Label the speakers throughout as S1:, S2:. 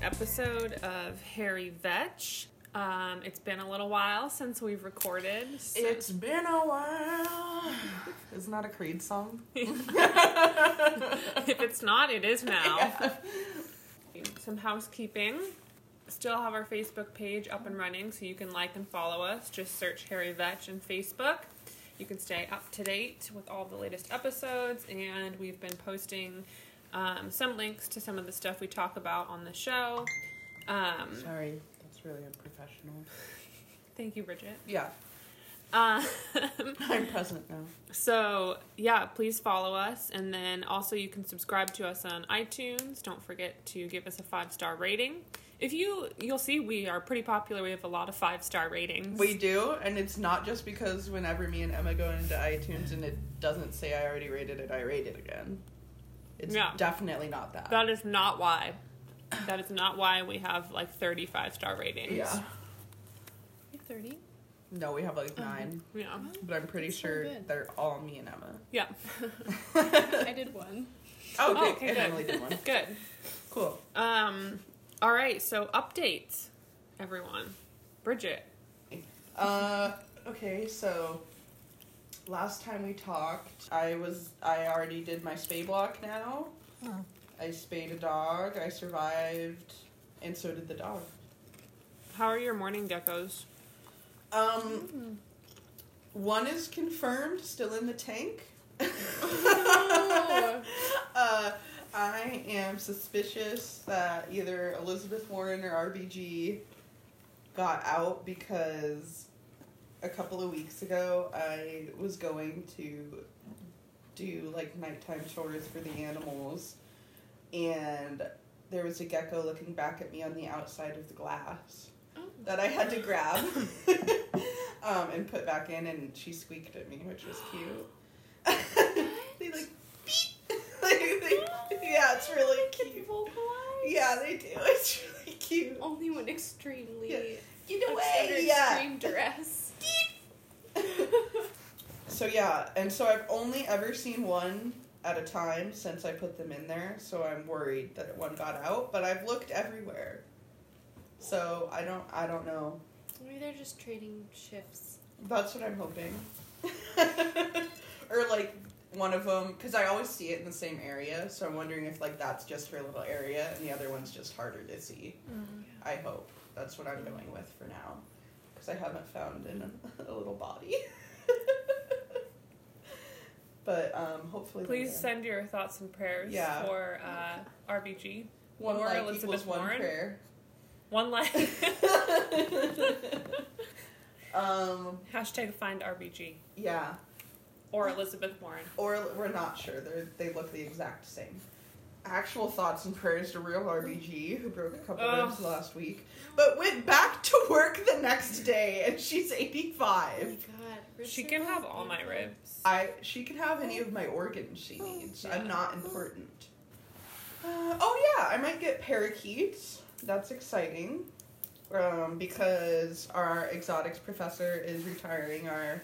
S1: episode of Harry Vetch. Um, it's been a little while since we've recorded. so-
S2: It's been a while. It's not a Creed song.
S1: if it's not, it is now.
S2: Yeah.
S1: Some housekeeping. Still have our Facebook page up and running, so you can like and follow us. Just search Harry Vetch on Facebook. You can stay up to date with all the latest episodes, and we've been posting um, some links to some of the stuff we talk about on the show. Um,
S2: Sorry, that's really unprofessional.
S1: thank you, Bridget.
S2: Yeah,
S1: Um,
S2: I'm present now.
S1: So, yeah, please follow us. And then also, you can subscribe to us on iTunes. Don't forget to give us a five star rating. If you, you'll see we are pretty popular. We have a lot of five star ratings.
S2: We do, and it's not just because whenever me and Emma go into iTunes and it doesn't say I already rated it, I rate it again. It's
S1: Yeah.
S2: definitely not that.
S1: That is not why. That is not why we have like 35 star ratings.
S2: yeah.
S1: 30?
S2: No, we have like nine,
S1: Yeah.
S2: but I'm pretty
S3: That's so
S2: sure
S3: good.
S2: they're all me and Emma.
S1: Yeah.
S3: I did one.
S2: Oh, okay.
S1: Oh, okay,
S2: and
S1: good.
S2: Emily did one.
S1: Good.
S2: Cool.
S1: Um, all right. So, updates, everyone. Bridget.
S2: Uh, okay, so last time we talked, I was I already did my spay block now.
S3: Oh.
S2: I spayed a dog. I survived, and so did the dog.
S1: How are your morning geckos?
S2: Um, one is confirmed, still in the tank. uh, I am suspicious that either Elizabeth Warren or RBG got out because a couple of weeks ago I was going to do like nighttime chores for the animals and there was a gecko looking back at me on the outside of the glass that I had to grab um, and put back in and she squeaked at me, which was cute. they like beep. like, they, yeah, it's really cute.
S3: People collide.
S2: Yeah, they do. It's really cute.
S3: Only when extremely
S2: Yeah.
S3: get
S2: away,
S3: Under
S2: yeah.
S3: extreme duress.
S2: So yeah, and so I've only ever seen one at a time since I put them in there, so I'm worried that one got out, but I've looked everywhere. So I don't I don't know.
S3: Maybe they're just trading shifts.
S2: That's what I'm hoping. or like one of them cuz I always see it in the same area, so I'm wondering if like that's just her little area and the other one's just harder to see. I hope. That's what I'm going with for now cuz I haven't found an, a little body. but um hopefully
S1: Please
S2: later.
S1: send your thoughts and prayers
S2: Yeah.
S1: for uh, RBG.
S2: One
S1: More
S2: like
S1: Elizabeth
S2: equals one
S1: Warren.
S2: prayer.
S1: One like.
S2: um,
S1: Hashtag find RBG
S2: yeah.
S1: or Elizabeth Warren.
S2: Or we're not sure. They're, they look the exact same. Actual thoughts and prayers to real RBG, who broke a couple
S1: Ugh.
S2: ribs last week, but went back to work the next day, and she's
S3: Oh my god.
S2: eighty-five.
S3: ribs
S1: She
S3: are
S1: can
S3: not
S1: have all my
S3: good.
S1: ribs.
S2: I she can have any of my organs she needs. I'm not important. Uh, oh yeah, I might get parakeets. That's exciting. Um, because our exotics professor is retiring our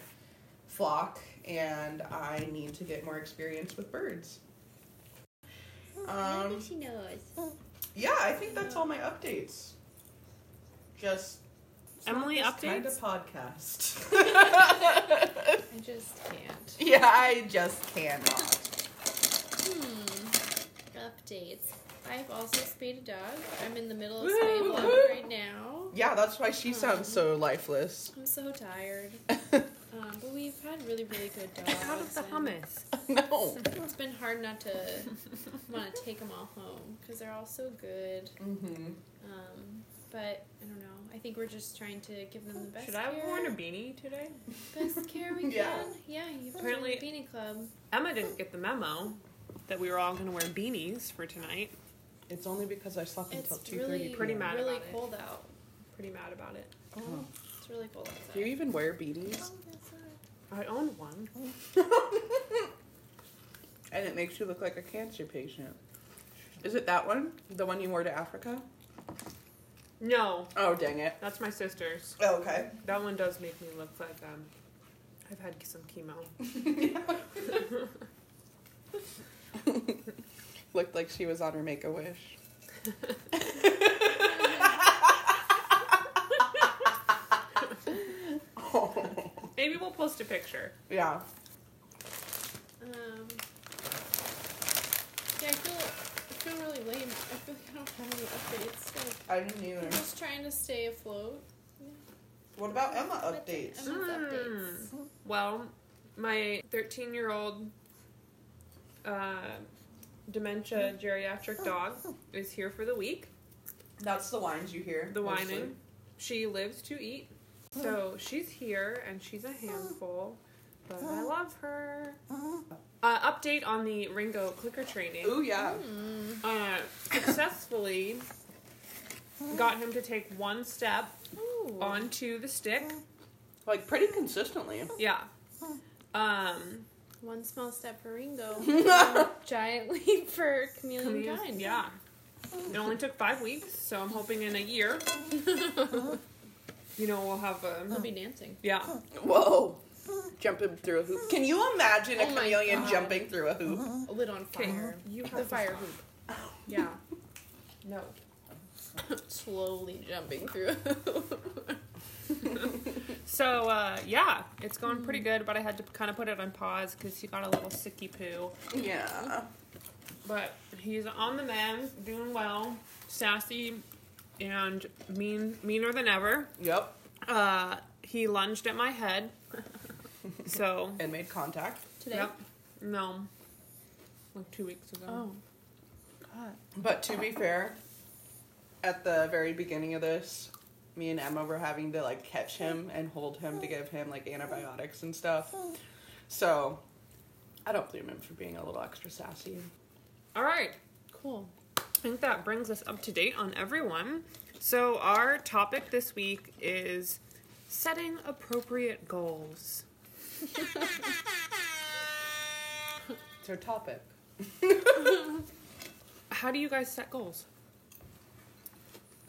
S2: flock, and I need to get more experience with birds.
S3: Oh, I
S2: Um,
S3: think she knows.
S2: Yeah, I think that's all my updates. Just
S1: Emily
S2: kind
S1: updates.
S2: of podcast.
S3: I just can't.
S2: yeah, I just cannot.
S3: Hmm. Updates. I've also spayed a dog. I'm in the middle of
S1: Woo!
S3: spaying one
S1: Woo!
S3: right now.
S2: Yeah, that's why
S1: Hmm.
S2: she sounds so lifeless.
S3: I'm so tired.
S2: no.
S3: Um, but we've had really, really good dogs.
S1: Out of the
S3: and-
S1: hummus.
S3: It's been hard not to want to take them all home because they're all so good.
S2: Mm-hmm.
S3: Um, but I don't know. I think we're just trying to give them the best
S1: Should I have
S3: care,
S1: worn a beanie today?
S3: best care we
S2: Yeah.
S3: can. Yeah, you
S1: Apparently-
S3: apparently the beanie club.
S1: Emma didn't get the memo that we were all going to wear beanies for tonight.
S2: It's only because I slept
S3: It's
S2: until two thirty.
S3: really
S1: Pretty mad
S3: really
S1: about it.
S3: cold out.
S1: Pretty mad about it.
S2: Oh.
S3: It's really cold outside.
S2: Do you even wear beanies?
S3: Oh, that's not-
S1: I own one.
S2: and it makes you look like a cancer patient. Is it that one? The one you wore to Africa?
S1: No,
S2: Oh dang it.
S1: that's my sister's.
S2: Oh, okay.
S1: That one does make me look like um, I've had some chemo.
S2: Looked like she was on her make a wish.
S1: post a picture.
S2: Yeah.
S3: Um, yeah, I feel I feel really lame. I feel like I don't have any updates. Like,
S2: I didn't either.
S3: I'm just trying to stay afloat.
S2: What about Emma
S3: with the-
S2: updates?
S3: Emma's
S1: Mm.
S3: updates.
S1: Well, my 13 year old uh, dementia geriatric dog is here for the week.
S2: That's the wines you hear.
S1: The
S2: mostly.
S1: whining. She lives to eat. So she's here and she's a handful, but I love her.
S2: Uh-huh.
S1: Uh, update on the Ringo clicker training.
S2: Ooh yeah.
S3: Mm.
S1: Uh, successfully got him to take one step
S3: Ooh.
S1: onto the stick.
S2: Like pretty consistently.
S1: Yeah. Um,
S3: One small step for Ringo, one giant leap for chameleon
S1: Chameleon-
S3: kind.
S1: Yeah. It only took five weeks, so I'm hoping in a year, you know, we'll have
S3: I'll
S1: a.
S3: be dancing.
S1: Yeah.
S2: Whoa. Jumping through a hoop. Uh-huh. Can you imagine a
S3: Oh my
S2: chameleon
S3: God.
S2: jumping through a hoop?
S3: Lit on fire.
S1: You
S3: The fire hoop.
S1: Yeah. No.
S3: Slowly jumping through.
S1: So, uh, yeah, it's going pretty good, but I had to kind of put it on pause because he got a little sicky poo.
S2: Yeah.
S1: But he's on the mend, doing well, sassy, and mean, meaner than ever.
S2: Yep.
S1: Uh, he lunged at my head. so,
S2: And made contact.
S3: Today.
S1: Yep. No. Like two weeks ago.
S3: Oh. God.
S2: But to be fair, at the very beginning of this, me and Emma were having to like catch him and hold him to give him like antibiotics and stuff.
S3: Oh.
S2: So I don't blame him for being a little extra sassy.
S1: All right.
S3: Cool.
S1: I think that brings us up to date on everyone. So, our topic this week is setting appropriate goals.
S2: It's our topic.
S1: How do you guys set goals?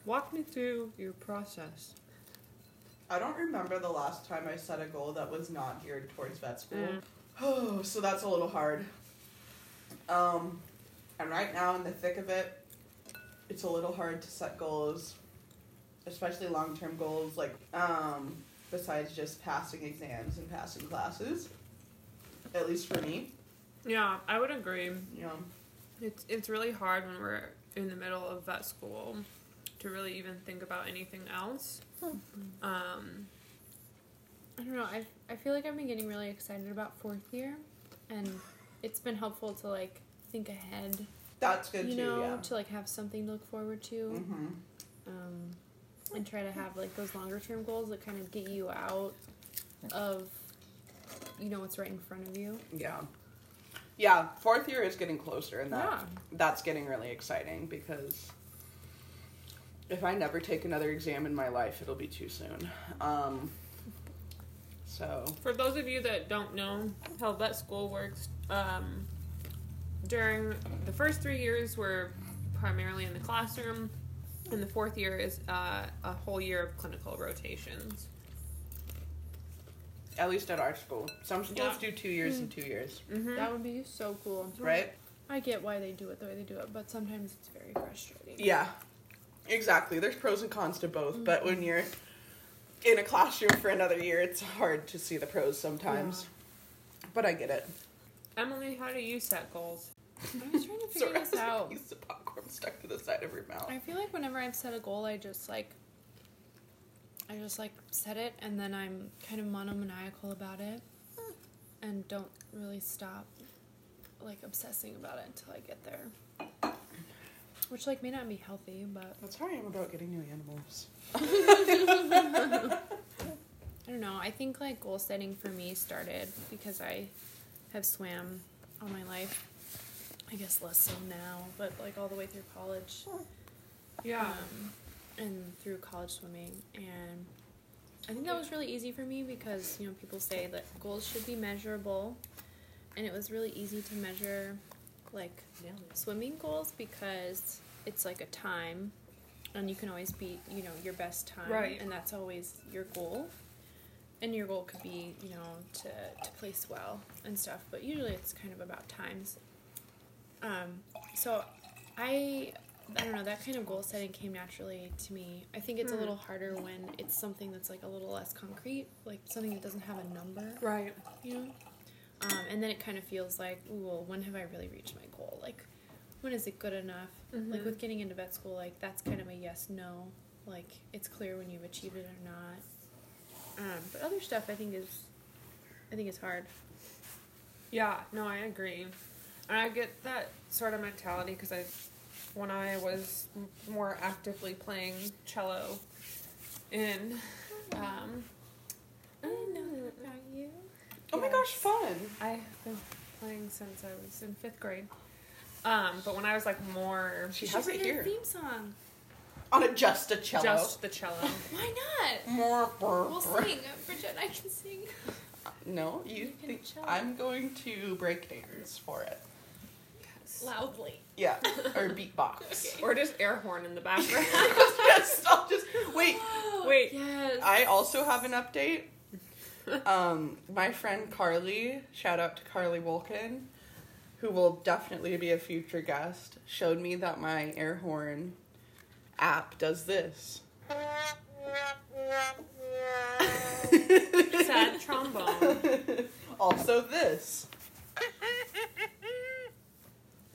S1: Walk me through your process.
S2: I don't remember the last time I set a goal that was not geared towards vet school.
S1: Mm.
S2: Oh, so that's a little hard. Um, and right now in the thick of it, it's a little hard to set goals, especially long-term goals like um besides just passing exams and passing classes. At least for me,
S1: Yeah, I would agree.
S2: you know.
S1: It's it's really hard when we're in the middle of vet school to really even think about anything else. Um,
S3: I don't know. I I feel like I've been getting really excited about fourth year, and it's been helpful to like think ahead.
S2: That's good
S3: you
S2: too,
S3: know,
S2: yeah.
S3: to like have something to look forward to,
S2: Mm-hmm.
S3: um, and try to have like those longer term goals that kind of get you out of, you know, what's right in front of you.
S2: Yeah. Yeah, fourth year is getting closer and that
S3: Yeah.
S2: that's getting really exciting because if I never take another exam in my life, it'll be too soon. Um so
S1: For those of you that don't know how vet school works, um, during the first three years, we're primarily in the classroom, and the fourth year is uh, a whole year of clinical rotations.
S2: at least at our school. Some schools
S1: Yeah.
S2: do two years and two years.
S1: Mm-hmm.
S3: That would be so cool.
S2: Right?
S3: I get why they do it the way they do it, but sometimes it's very frustrating.
S2: Yeah. Exactly. There's pros and cons to both, but when you're in a classroom for another year, it's hard to see the pros sometimes. But I get it.
S1: Emily, how do you set goals?
S3: I was trying to figure
S2: Sorry,
S3: this out.
S2: Piece of popcorn stuck to the side of her mouth.
S3: I feel like whenever I've set a goal, I just like, I just like set it, and then I'm kind of monomaniacal about it, and don't really stop, like obsessing about it until I get there. Which like may not be healthy, but
S2: That's how I am about getting new animals.
S3: I don't know. I think like goal setting for me started because I have swam all my life. I guess less so now, but like all the way through college.
S1: Yeah.
S3: um, and through college swimming and i think that was really easy for me because you know people say that goals should be measurable and it was really easy to measure like swimming goals because it's like a time and you can always beat you know your best time
S1: Right.
S3: and that's always your goal and your goal could be you know to to place well and stuff but usually it's kind of about times um so i I don't know, that kind of goal setting came naturally to me. I think it's a
S1: Hmm.
S3: little harder when it's something that's like a little less concrete, like something that doesn't have a number,
S1: Right.
S3: you know? Um, and then it kind of feels like, ooh, well, when have I really reached my goal? Like, when is it good enough? Like,
S1: Mhm.
S3: with getting into vet school, like, that's kind of a yes no. Like, it's clear when you've achieved it or not. Um, but other stuff I think is, I think is hard.
S1: Yeah, no, I agree. And I get that sort of mentality because I, when I was m- more actively playing cello in, um,
S3: I know that about you.
S2: Oh my gosh, fun.
S1: I've been playing since I was in fifth grade. Um, but when I was like more
S2: She has it here.
S3: theme song.
S2: On a just a cello.
S1: just the cello,
S3: Why not?
S2: More
S3: We'll sing. Bridget and I can sing.
S2: No, you,
S3: You can
S2: think
S3: cello.
S2: I'm going to break dance for it.
S1: yes.
S3: Loudly.
S2: Yeah. Or beatbox.
S1: or just air horn in the background.
S2: yes, I'll just wait.
S1: Wait.
S3: Yes.
S2: I also have an update. Um, my friend Carly, shout out to Carly Wolkin, who will definitely be a future guest, showed me that my air horn app does this.
S1: Sad trombone.
S2: also this.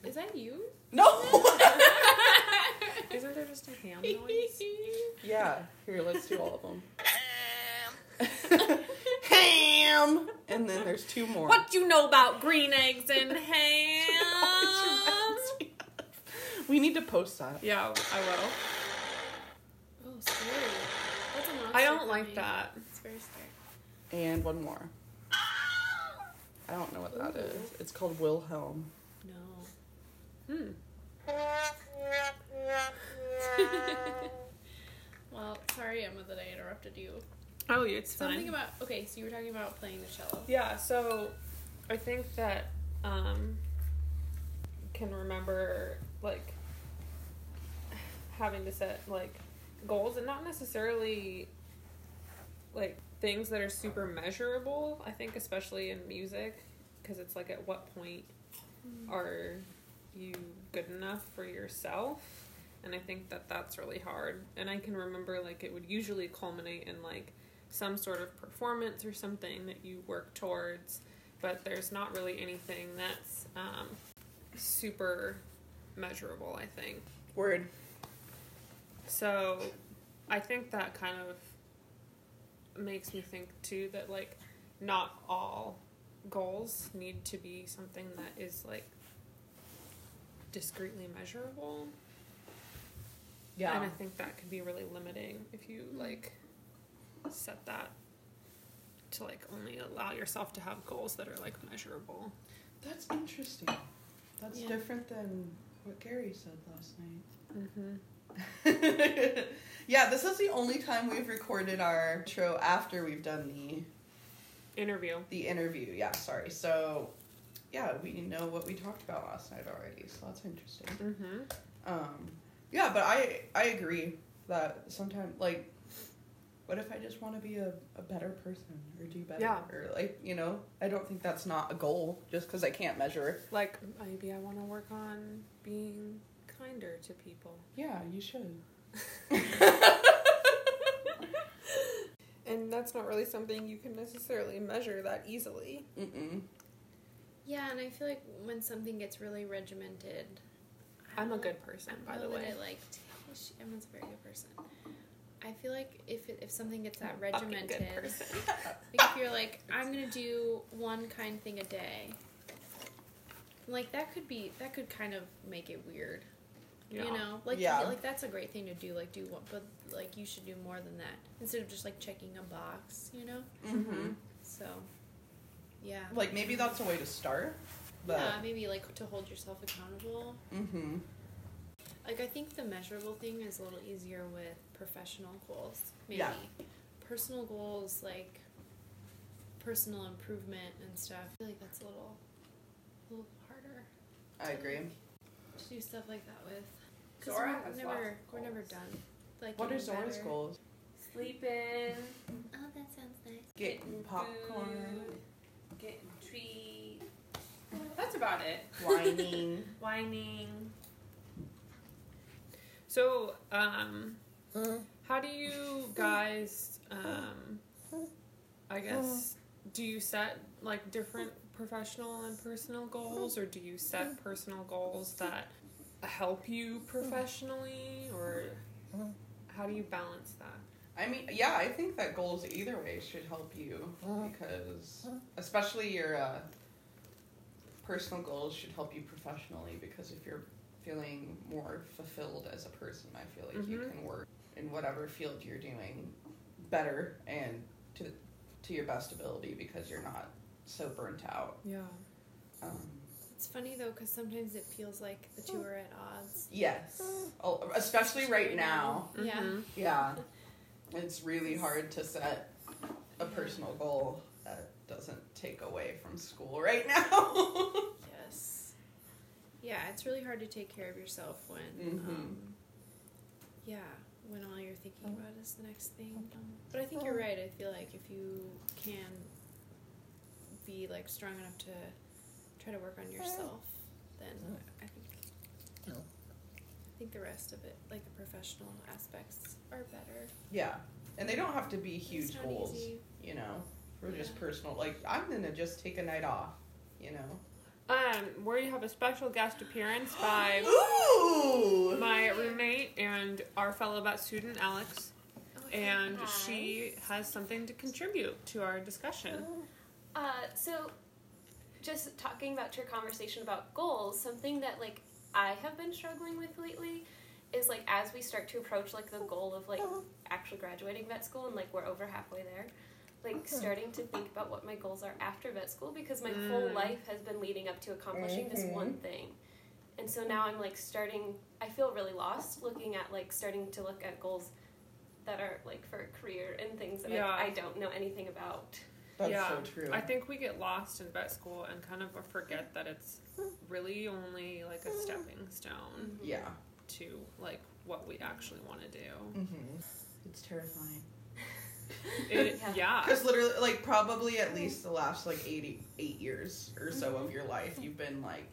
S3: Is that you?
S2: No.
S1: Isn't there just a ham noise?
S2: yeah. Here, let's do all of them. Ham. And then there's two more.
S1: What do you know about green eggs and ham?
S2: Always reminds me of- we need to post that.
S1: yeah, I will.
S3: Oh, scary. That's a monster.
S1: I don't
S3: coming.
S1: like that.
S3: It's very scary.
S2: And one more. I don't know what that is. It's called Wilhelm.
S3: No.
S1: Hmm.
S3: well, sorry, Emma, that I interrupted you.
S1: Oh, it's
S3: Something
S1: fine.
S3: about. Okay, so you were talking about playing the cello.
S1: yeah, so I think that um can remember like having to set like goals and not necessarily like things that are super measurable. I think especially in music because it's like at what point are you good enough for yourself? And I think that that's really hard. And I can remember like it would usually culminate in like some sort of performance or something that you work towards, but there's not really anything that's um, super measurable, I think.
S2: Word.
S1: So I think that kind of makes me think too that like not all goals need to be something that is like discreetly measurable. And I think that can be really limiting if you like set that to like only allow yourself to have goals that are like measurable.
S2: That's interesting. That's
S3: Yeah.
S2: different than what Gary said last night.
S1: Mm-hmm.
S2: yeah, this is the only time we've recorded our intro after we've done the
S1: Interview.
S2: the interview. Yeah, sorry. So, yeah, we know what we talked about last night already. So that's interesting.
S1: Mm-hmm.
S2: Um, yeah, but I I agree that sometimes like, what if I just want to be a, a better person or do better
S1: Yeah.
S2: or like you know I don't think that's not a goal just because I can't measure it.
S1: Like maybe I want to work on being kinder to people.
S2: Yeah, you should.
S1: And that's not really something you can necessarily measure that easily.
S2: Mm-mm.
S3: Yeah, and I feel like when something gets really regimented. I
S1: I'm a
S3: don't-
S1: good person,
S3: I
S1: by
S3: don't
S1: the
S3: know that
S1: way.
S3: I like. She, Emma's a very good person. I feel like if it, if something gets that
S1: Fucking
S3: regimented,
S1: good person.
S3: Like if you're like, I'm gonna do one kind thing a day. Like that could be that could kind of make it weird, you know. Like
S2: Yeah.
S3: like that's a great thing to do. Like do what, but like you should do more than that instead of just like checking a box, you know.
S2: Mm-hmm.
S3: So, yeah,
S2: Like maybe that's a way to start, but
S3: yeah, maybe like to hold yourself accountable.
S2: mm-hmm.
S3: Like I think the measurable thing is a little easier with professional goals, maybe.
S2: Yeah.
S3: Personal goals like personal improvement and stuff. I feel like that's a little, a little harder.
S2: I agree.
S3: To do stuff like that with. Because
S1: Zora
S3: we're
S1: has
S3: never,
S1: lots of
S3: we're never
S1: goals.
S3: done. Like
S2: What are
S3: getting
S2: Zora's
S3: better.
S2: goals?
S1: Sleeping,
S3: Oh, that sounds nice.
S2: Getting popcorn,
S1: getting treats. That's about it.
S2: whining.
S1: Whining. So, um, how do you guys, um, I guess, do you set like different professional and personal goals, or do you set personal goals that help you professionally, or how do you balance that?
S2: I mean, yeah, I think that goals either way should help you because, especially your uh, personal goals should help you professionally because if you're feeling more fulfilled as a person, I feel like you
S1: Mhm.
S2: can work in whatever field you're doing better and to to your best ability because you're not so burnt out.
S1: Yeah.
S2: Um,
S3: It's funny though, because sometimes it feels like the two are at odds.
S2: yes, Oh, especially right now.
S1: Mm-hmm.
S2: Yeah.
S3: Yeah.
S2: It's really hard to set a personal goal that doesn't take away from school right now.
S3: Yes. Yeah, it's really hard to take care of yourself when,
S2: Mhm.
S3: um, yeah, when all you're thinking about is the next thing. But I think you're right. I feel like if you can be like strong enough to try to work on yourself, then I think I think the rest of it, like the professional aspects, are better.
S2: yeah. And they don't have to be
S3: It's
S2: huge
S3: not
S2: goals,
S3: easy.
S2: you know, for just
S3: Yeah.
S2: personal. Like, I'm going to just take a night off, you know?
S1: Um, where you have a special guest appearance by
S2: Ooh!
S1: my roommate and our fellow vet student, Alex.
S4: Okay.
S1: and she has something to contribute to our discussion.
S4: Uh, so, just talking about your conversation about goals, something that like I have been struggling with lately is like as we start to approach like the goal of like actually graduating vet school and like we're over halfway there, like starting to think about what my goals are after vet school because my whole
S1: Mm.
S4: life has been leading up to accomplishing this
S2: Mhm.
S4: one thing. And so now I'm like starting I feel really lost looking at like starting to look at goals that are like for a career and things that
S1: Yeah.
S4: I, I don't know anything about.
S2: That's
S1: Yeah.
S2: so true.
S1: I think we get lost in vet school and kind of forget that it's really only like a stepping stone
S2: yeah.
S1: to like what we actually want to do.
S2: Mm-hmm. It's terrifying.
S1: It,
S4: Yeah.
S1: yeah.
S2: Because literally, like, probably at least the last, like, 88 years or so of your life, you've been, like,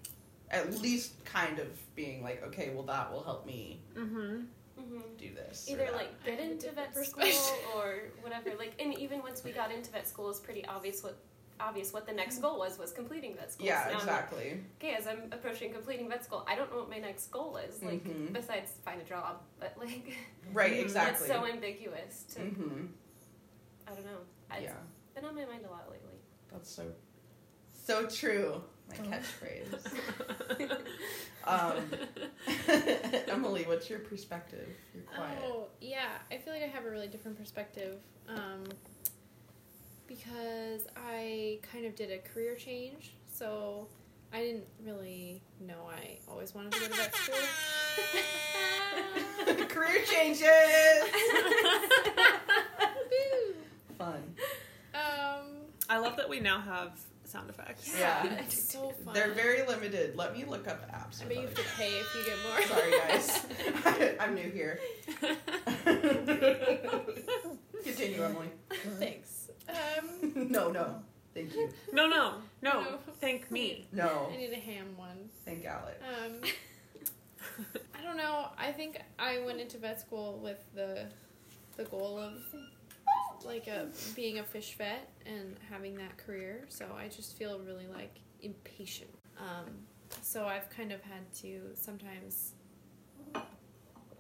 S2: at least kind of being like, okay, well, that will help me
S1: Mm-hmm.
S4: hmm
S2: do this. or
S4: either
S2: that.
S4: like get
S3: I have a
S4: into
S3: different
S4: vet school
S3: perspective.
S4: or whatever like and even once we got into vet school it's pretty obvious what obvious what the next goal was was completing vet school
S2: yeah,
S4: So now I'm like,
S2: exactly.
S4: okay as i'm approaching completing vet school i don't know what my next goal is like
S2: Mhm.
S4: besides find a job but like
S2: Right,
S3: Mm-hmm.
S1: Mhm.
S2: exactly.
S4: it's so ambiguous to
S2: hmm
S4: i don't know it's
S2: Yeah,
S4: been on my mind a lot lately
S2: that's so so true. My
S3: Oh.
S2: catchphrase. um, Emily, what's your perspective? You're quiet.
S3: Oh, yeah. I feel like I have a really different perspective um, because I kind of did a career change. So I didn't really know I always wanted to go to vet school.
S2: Career changes.
S3: Boo!
S2: Fun.
S3: Um,
S1: I love that we now have sound effects.
S2: Yeah.
S3: it's so fun.
S2: They're very limited. Let me look up apps.
S3: I
S2: with
S3: bet you have
S2: other-
S3: to pay if you get more.
S2: Sorry, guys. I, I'm new here. Continue, Emily.
S3: Thanks. Um,
S2: No, no. Thank you.
S1: No, no, no.
S3: No.
S1: Thank me.
S3: I
S2: No,
S3: need a ham one.
S2: thank Alex.
S3: Um, I don't know. I think I went into vet school with the the goal of like a being a fish vet and having that career. So I just feel really like impatient. Um, so I've kind of had to sometimes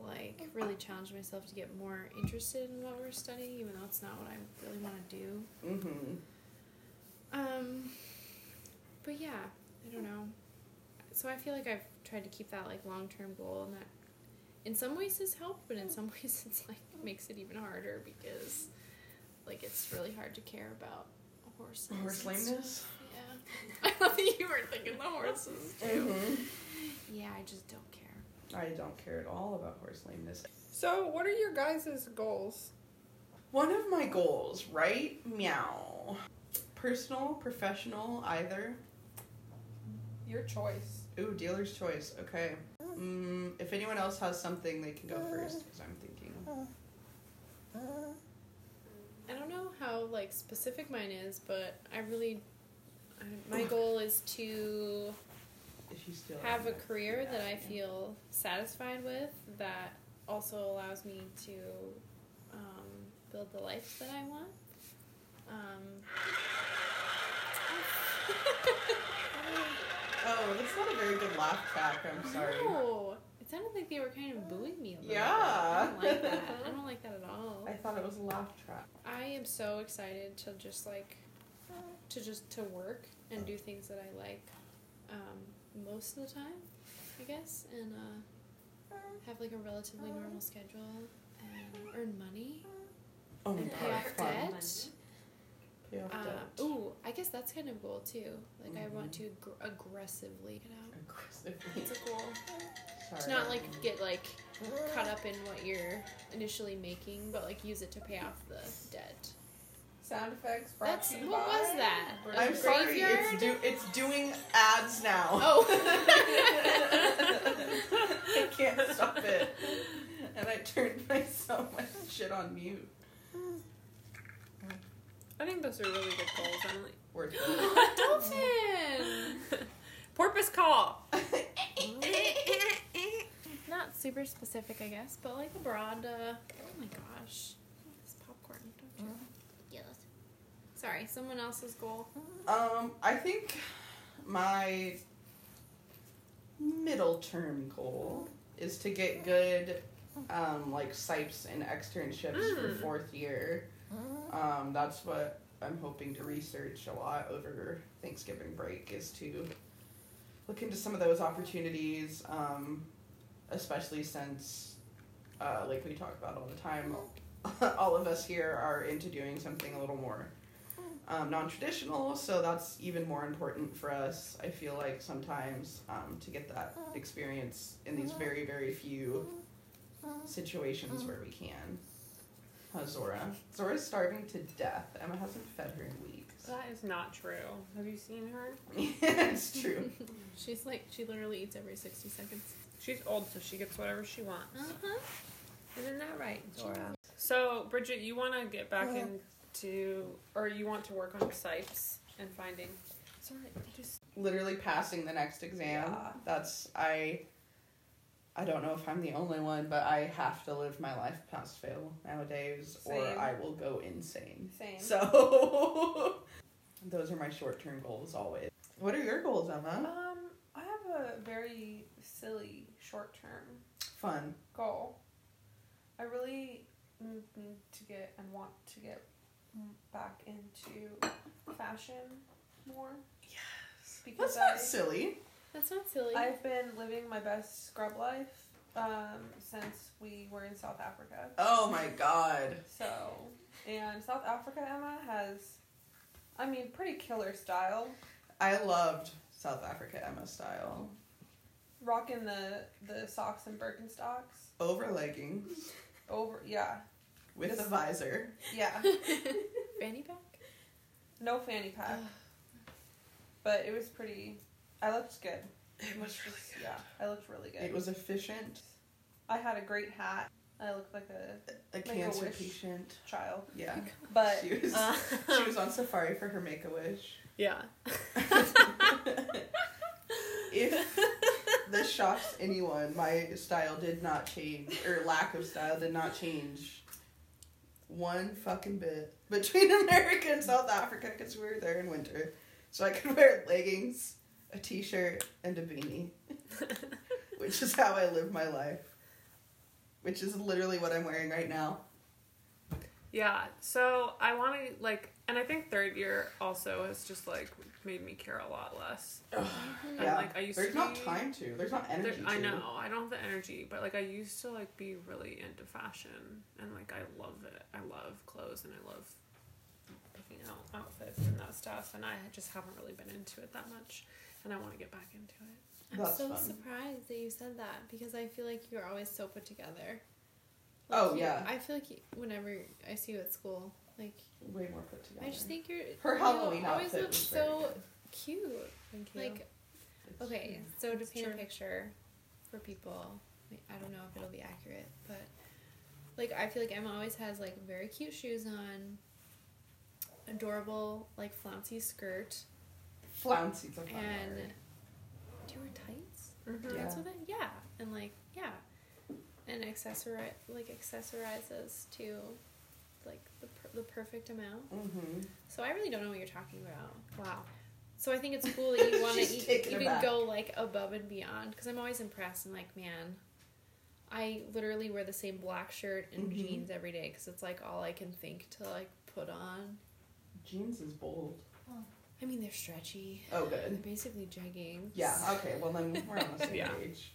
S3: like really challenge myself to get more interested in what we're studying, even though it's not what I really want to do.
S2: Mm-hmm.
S3: Um, but yeah, I don't know. So I feel like I've tried to keep that like long term goal, and that in some ways has helped, but in some ways it's like makes it even harder because like it's really hard to care about horses.
S2: Horse
S3: and
S2: lameness.
S3: stuff. Yeah, I love that you were thinking the horses too.
S2: Mm-hmm.
S3: yeah, I just don't care.
S2: I don't care at all about horse lameness.
S1: So, what are your guys' goals?
S2: One of my goals, right? Meow. Personal, professional, either.
S1: Your choice.
S2: Ooh, dealer's choice. Okay. Mm, if anyone else has something, they can go first because I'm thinking.
S3: I don't know how like specific mine is, but I really I, my goal is to
S2: If you still
S3: have a
S2: it.
S3: career that I
S2: Yeah.
S3: feel satisfied with that also allows me to um, build the life that I want. Um,
S2: Oh, that's not a very good laugh track. I'm sorry.
S3: No, it sounded like they were kind of booing me a little
S2: Yeah.
S3: bit. I don't like that. I don't like that at all.
S2: I thought it was a laugh track.
S3: I am so excited to just like to just to work and do things that I like um, most of the time, I guess, and uh, have like a relatively normal schedule and earn money
S2: Oh my
S3: and pay
S2: god,
S3: off
S2: fun.
S4: Fun.
S3: debt.
S2: Pay off
S3: Uh,
S2: debt.
S3: ooh, I guess that's kind of a goal too. Like I want
S2: Mhm.
S3: to gr- aggressively get out.
S2: Aggressively.
S3: It's a goal
S2: Sorry.
S3: to not like get like caught up in what you're initially making, but like use it to pay off the debt.
S2: sound effects. Brought
S3: That's
S2: to
S3: what
S2: you by-
S3: was that? A
S2: I'm sorry.
S3: graveyard?
S2: It's do. It's doing ads now.
S3: Oh.
S2: I can't stop it. And I turned myself my shit on mute.
S1: I think those are really good goals, Emily.
S2: Worth
S3: Dolphin.
S1: Porpoise call.
S2: it.
S3: Not super specific, I guess, but like a broad. Uh, oh my gosh, this popcorn. Don't you? Yes. Sorry, someone else's goal.
S2: Um, I think my middle term goal is to get good, um, like SIPES and externships for
S1: Mm.
S2: fourth year. Um, that's what I'm hoping to research a lot over Thanksgiving break is to look into some of those opportunities, um, especially since, uh, like we talk about all the time, all of us here are into doing something a little more um, non traditional, so that's even more important for us, I feel like, sometimes um, to get that experience in these very, very few situations where we can. How's Zora? Zora's starving to death. Emma hasn't fed her in weeks.
S1: That is not true. Have you seen her?
S2: it's true.
S3: She's like, she literally eats every sixty seconds.
S1: She's old, so she gets whatever she wants.
S3: huh.
S1: Isn't that right, Zora? So, Bridget, you want to get back into, or you want to work on sites and finding. Sorry, I just
S2: Literally passing the next exam.
S1: Yeah.
S2: That's, I. I don't know if I'm the only one, but I have to live my life pass fail nowadays,
S1: Same.
S2: or I will go insane.
S1: same.
S2: So those are my short term goals always. What are your goals, Emma?
S1: Um, I have a very silly short term
S2: Fun.
S1: goal. I really n- need to get and want to get m- back into fashion more. Yes. Because
S2: That's not
S1: I,
S2: silly.
S3: That's not silly.
S1: I've been living my best scrub life um, since we were in South Africa.
S2: Oh my god.
S1: So, and South Africa, Emma, has, I mean, pretty killer style.
S2: I loved South Africa Emma style.
S1: Rocking the, the socks and Birkenstocks.
S2: Over leggings
S1: Over, yeah.
S2: with a
S1: This-
S2: visor.
S1: Yeah.
S3: Fanny pack.
S1: No fanny pack. but it was pretty. I looked good.
S2: It was really
S1: Yeah, I looked really good.
S2: It was efficient.
S1: I had a great hat. I looked like a
S2: A
S1: Make a
S2: cancer
S1: wish.
S2: patient.
S1: child.
S2: Yeah.
S1: But
S2: she was
S1: uh,
S2: she was on safari for her make a wish.
S3: Yeah.
S2: if this shocks anyone, my style did not change, or lack of style did not change one fucking bit between America and South Africa because we were there in winter. So I could wear leggings, a t shirt, and a beanie, which is how I live my life. Which is literally what I'm wearing right now.
S1: Yeah, so I want to like, and I think third year also has just like made me care a lot less. And,
S2: Yeah.
S1: like I used
S2: There's
S1: to.
S2: not
S1: be-
S2: time to. There's not
S1: there-
S2: energy to.
S1: I know I don't have the energy, but like I used to like be really into fashion, and like I love it. I love clothes, and I love picking out outfits and that stuff. And I just haven't really been into it that much, and I want to get back into it.
S3: I'm
S2: That's
S3: so
S2: fun.
S3: surprised that you said that because I feel like you're always so put together.
S2: Oh,
S3: you-
S2: yeah.
S3: I feel like you, whenever I see you at school, like
S2: Way more put together.
S3: I just think you're
S2: Her
S3: you
S2: Halloween
S3: always
S2: outfit
S3: look
S2: was very
S3: so
S2: good.
S3: cute.
S1: Thank you.
S3: Like okay, so to
S1: It's
S3: paint a
S1: true.
S3: picture for people, like, I don't know if it'll be accurate, but like I feel like Emma always has like very cute shoes on, adorable like flouncy skirt,
S2: flouncy. It's a fun
S3: and
S2: word.
S3: do you wear tights?
S1: Mhm.
S2: Yeah.
S3: That's what I, yeah. And like, yeah. and accessorize like accessorizes to like the per- the perfect amount.
S2: Mm-hmm.
S3: So I really don't know what you're talking about.
S1: Wow.
S3: So I think it's cool that you want to
S2: She's taken
S3: even
S2: aback.
S3: go like above and beyond because I'm always impressed and like, man, I literally wear the same black shirt and
S1: Mm-hmm.
S2: Mhm.
S3: jeans every day because it's like all I can think to like put on.
S2: Jeans is bold.
S3: I mean, they're stretchy.
S2: Oh,
S3: They're
S2: good.
S3: basically jeggings.
S2: Yeah. Okay. Well, then we're on the same
S1: Yeah.
S2: page.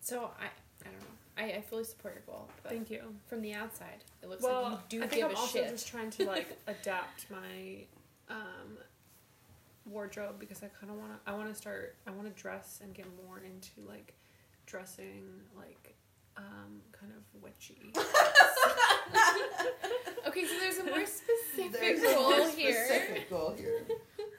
S3: So I, I don't know. I, I fully support your goal, but
S1: Thank you.
S3: from the outside, it looks
S1: well,
S3: like you do
S1: I think
S3: give
S1: I'm
S3: a
S1: also
S3: shit.
S1: just trying to like adapt my um, wardrobe because I kind of want to. I want to start. I want to dress and get more into like dressing like um, kind of witchy.
S3: Okay, so there's a more specific
S2: There's a
S3: goal
S2: more
S3: here.
S2: specific goal here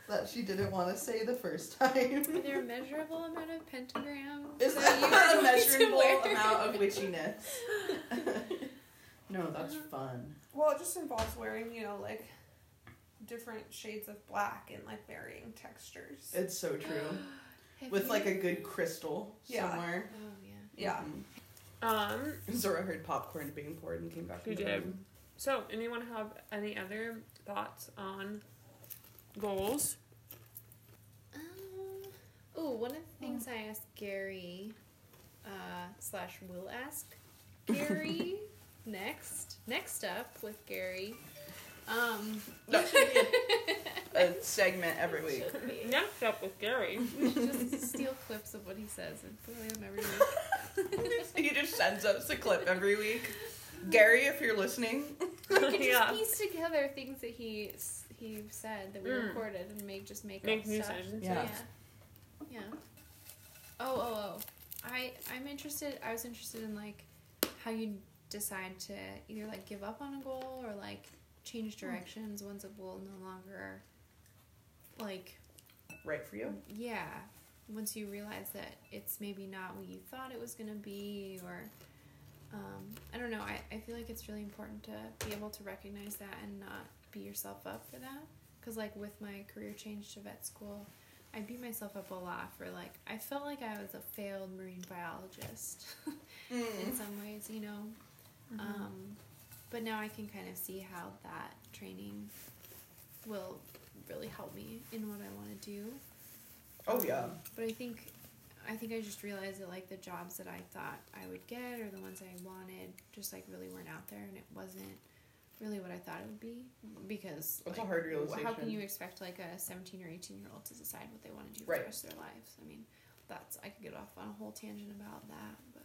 S2: that she didn't want to say the first time.
S3: Are there a measurable amount of pentagrams?
S2: Is
S3: that you
S2: that
S3: are
S2: a
S3: going to
S2: measurable
S3: wear?
S2: amount of witchiness? no, that's
S3: Uh-huh.
S2: fun.
S1: Well, it just involves wearing, you know, like different shades of black and like varying textures.
S2: It's
S3: Uh,
S2: so true.
S3: Have
S2: With
S3: you-
S2: like a good crystal
S1: Yeah.
S2: somewhere.
S3: Oh yeah.
S1: yeah.
S2: Mhm.
S1: Um.
S2: Zora heard popcorn being poured and came back.
S1: You
S2: in the
S1: did.
S2: room.
S1: So, anyone have any other thoughts on goals?
S3: Um, oh, one of the things I asked Gary, uh, slash will ask Gary next. Next up with Gary, um,
S2: That should be a, a segment every week.
S3: should be-
S1: Next up with Gary.
S3: we should just steal clips of what he says and put them every week.
S2: he just sends us a clip every week. Gary, if you're listening,
S3: We could just
S1: Yeah.
S3: piece together things that he s- he said that we
S1: Mm.
S3: recorded and make just make,
S1: Make
S3: up
S1: new
S3: stuff.
S1: sentences.
S2: Yeah.
S3: Yeah. Yeah. Oh, oh, oh. I I'm interested. I was interested in like how you decide to either like give up on a goal or like change directions once a goal no longer like
S2: right for you.
S3: yeah, once you realize that it's maybe not what you thought it was going to be or um, I don't know. I, I feel like it's really important to be able to recognize that and not beat yourself up for that. Because, like, with my career change to vet school, I beat myself up a lot for, like, I felt like I was a failed marine biologist in
S2: Mm.
S3: some ways, you know? Um, but now I can kind of see how that training will really help me in what I want to do.
S2: Oh yeah.
S3: But I think, I think I just realized that like the jobs that I thought I would get or the ones I wanted just like really weren't out there, and it wasn't really what I thought it would be because
S2: That's a
S3: like,
S2: hard
S3: wh- How
S2: realization.
S3: can you expect like a seventeen or eighteen year old to decide what they want to do for
S2: Right.
S3: the rest of their lives? I mean, that's I could get off on a whole tangent about that, but.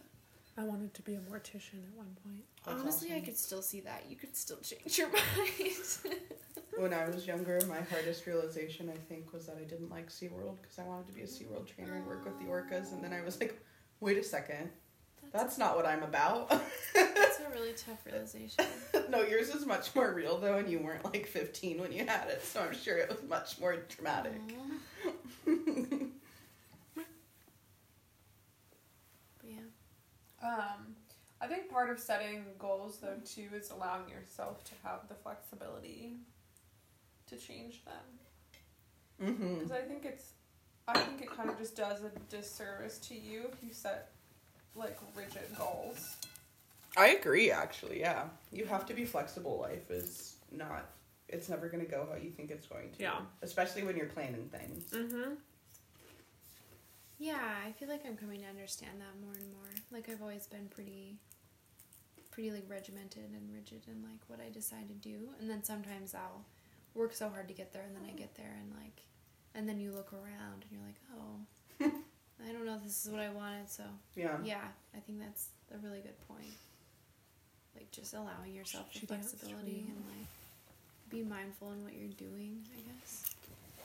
S1: I wanted to be a mortician at one point.
S2: That's
S3: Honestly, I
S2: awesome.
S3: could still see that. You could still change your mind.
S2: When I was younger, my hardest realization I think was that I didn't like SeaWorld because I wanted to be a SeaWorld trainer and work with the orcas, and then I was like, wait a second, that's not what I'm about.
S3: That's a really tough realization.
S2: no, yours is much more real though, and you weren't like 15 when you had it, so I'm sure it was much more dramatic.
S3: Aw. Mm. But yeah.
S1: Um, I think part of setting goals, though, too, is allowing yourself to have the flexibility to change them.
S2: Mm-hmm.
S1: Because I think it's, I think it kind of just does a disservice to you if you set like rigid goals.
S2: I agree, actually. Yeah, you have to be flexible. Life is not. It's never gonna go how you think it's going to.
S1: Yeah.
S2: Especially when you're planning things.
S1: Mm-hmm.
S3: Yeah, I feel like I'm coming to understand that more and more. Like I've always been pretty pretty like regimented and rigid in like what I decide to do and then sometimes I'll work so hard to get there and then I get there and like and then you look around and you're like, "Oh, I don't know if this is what I wanted." So,
S2: Yeah.
S3: yeah, I think that's a really good point. Like just allowing yourself the
S1: She danced
S3: flexibility
S1: real.
S3: and like be mindful in what you're doing, I guess.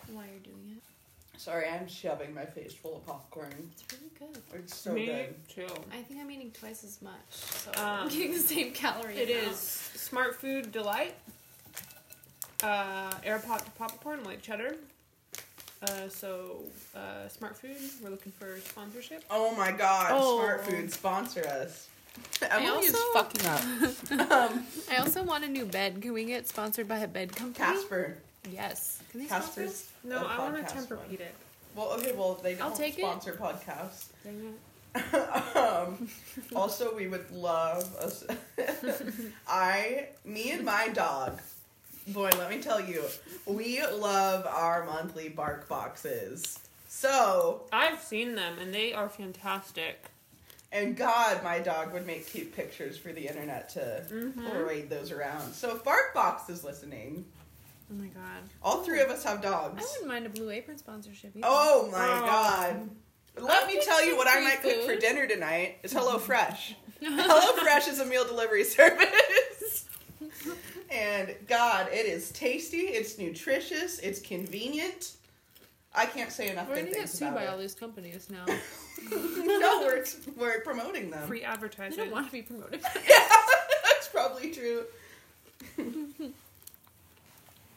S3: and Why you're doing it.
S2: Sorry, I'm shoving my face full of popcorn.
S3: It's really good.
S2: It's so
S1: Me
S2: good.
S1: too.
S3: I think I'm eating twice as much, so
S1: Um,
S3: I'm getting the same calorie.
S1: It
S3: amount.
S1: is Smart Food Delight, uh, air pop popcorn, light cheddar. Uh, so, uh, Smart Food, we're looking for sponsorship.
S2: Oh my god,
S1: Oh.
S2: Smart Food sponsor us. Emily is
S3: also-
S2: fucking up. um,
S3: I also want a new bed. Can we get sponsored by a bed company?
S2: Casper.
S3: Yes. Can they sponsor us?
S2: Casper's.
S1: No,
S2: a
S1: I want a
S2: podcast
S1: Tempur
S2: one.
S1: Pedic.
S2: Well, okay, well, they
S3: I'll
S2: don't
S3: take it.
S2: sponsor podcasts. um, also, we would love us. I, me, and my dog. Boy, let me tell you, we love our monthly bark boxes. So,
S1: I've seen them and they are fantastic.
S2: and God, my dog would make cute pictures for the internet to
S1: Mhm.
S2: parade those around. So, if Barkbox is listening,
S1: Oh my god.
S2: all three of us have
S3: I
S2: dogs.
S3: wouldn't mind a Blue Apron sponsorship either.
S2: Oh my
S1: Oh.
S2: God. Let
S3: I
S2: me
S3: think
S2: tell you
S3: some
S2: what I
S3: free
S2: might cook for
S3: food.
S2: dinner tonight. It's HelloFresh. HelloFresh is a meal delivery service. and God, it is tasty, it's nutritious, it's convenient. I can't say enough
S1: We're
S2: good
S1: gonna get
S2: things
S1: sued by all
S2: about it.
S1: these companies now.
S2: no, we're, we're promoting them.
S1: Free
S3: They
S1: advertising.
S3: don't want to be promoted.
S2: That's probably true.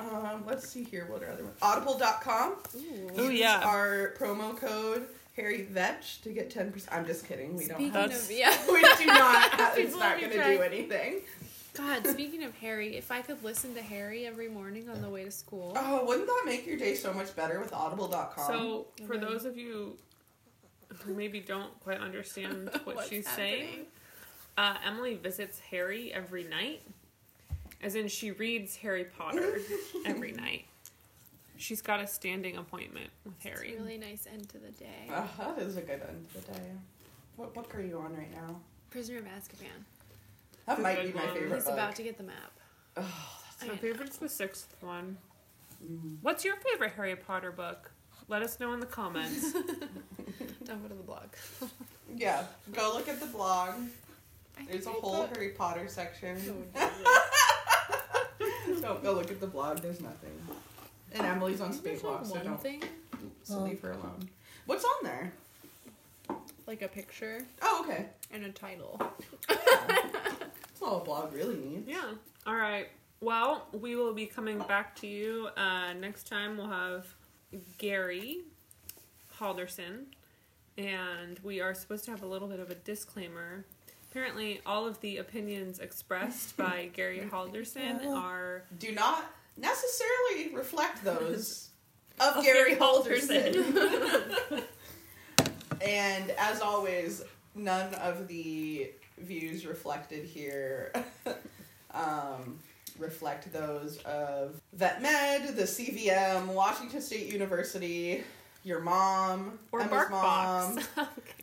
S2: um, let's see here. What are other ones? Audible.com.
S3: Ooh.
S1: Ooh,
S2: Use
S1: yeah.
S2: Our promo code Harry Vetch to get ten percent. I'm just kidding. We
S3: Speaking
S2: don't. Have,
S1: That's-
S3: of yeah,
S2: we do not. Have, it's
S1: People
S2: not
S1: will
S2: going
S1: be
S2: to do
S1: trying.
S2: anything.
S3: God. Speaking of Harry, if I could listen to Harry every morning on the way to school,
S2: Oh, wouldn't that make your day so much better with Audible.com?
S1: So, for
S3: Mhm.
S1: those of you who maybe don't quite understand what
S3: What's
S1: she's saying,
S3: happening?
S1: uh, Emily visits Harry every night, as in she reads Harry
S2: Uh,
S1: Potter every night. She's got a standing appointment with
S3: it's
S1: Harry.
S3: a really nice end to the day.
S2: Uh, that is a good end to the day. What book are you on right now?
S3: Prisoner of Azkaban.
S2: That
S1: Good
S2: might be my
S1: one.
S2: favorite
S3: He's
S2: book.
S3: about to get the map.
S2: Oh,
S3: I
S1: My
S3: know.
S1: favorite's the sixth one.
S2: mm.
S1: What's your favorite Harry Potter book? Let us know in the comments.
S3: Don't go to the blog.
S2: yeah, go look at the blog.
S3: I
S2: There's a
S3: think I
S2: whole
S3: put-
S2: Harry Potter section. Don't go look at the blog. There's nothing. And Emily's on
S3: Isn't there,
S2: speed walk, so
S3: like one
S2: don't
S3: thing,
S2: so leave her alone. What's on there?
S3: like a picture
S2: Oh, okay.
S3: and a title.
S2: That's all a blog really needs.
S1: yeah. All right. Well, we will be coming back to you uh, next time. We'll have Gary Halderson, and we are supposed to have a little bit of a disclaimer. Apparently, all of the opinions expressed by Gary Halderson are
S2: Do not necessarily reflect those of,
S1: Of
S2: Gary
S1: Gary
S2: Halderson. and as always, none of the views reflected here um, reflect those of Vet Med, the CVM, Washington State University, your mom,
S1: or
S2: Emma's
S1: bark
S2: mom,
S1: box.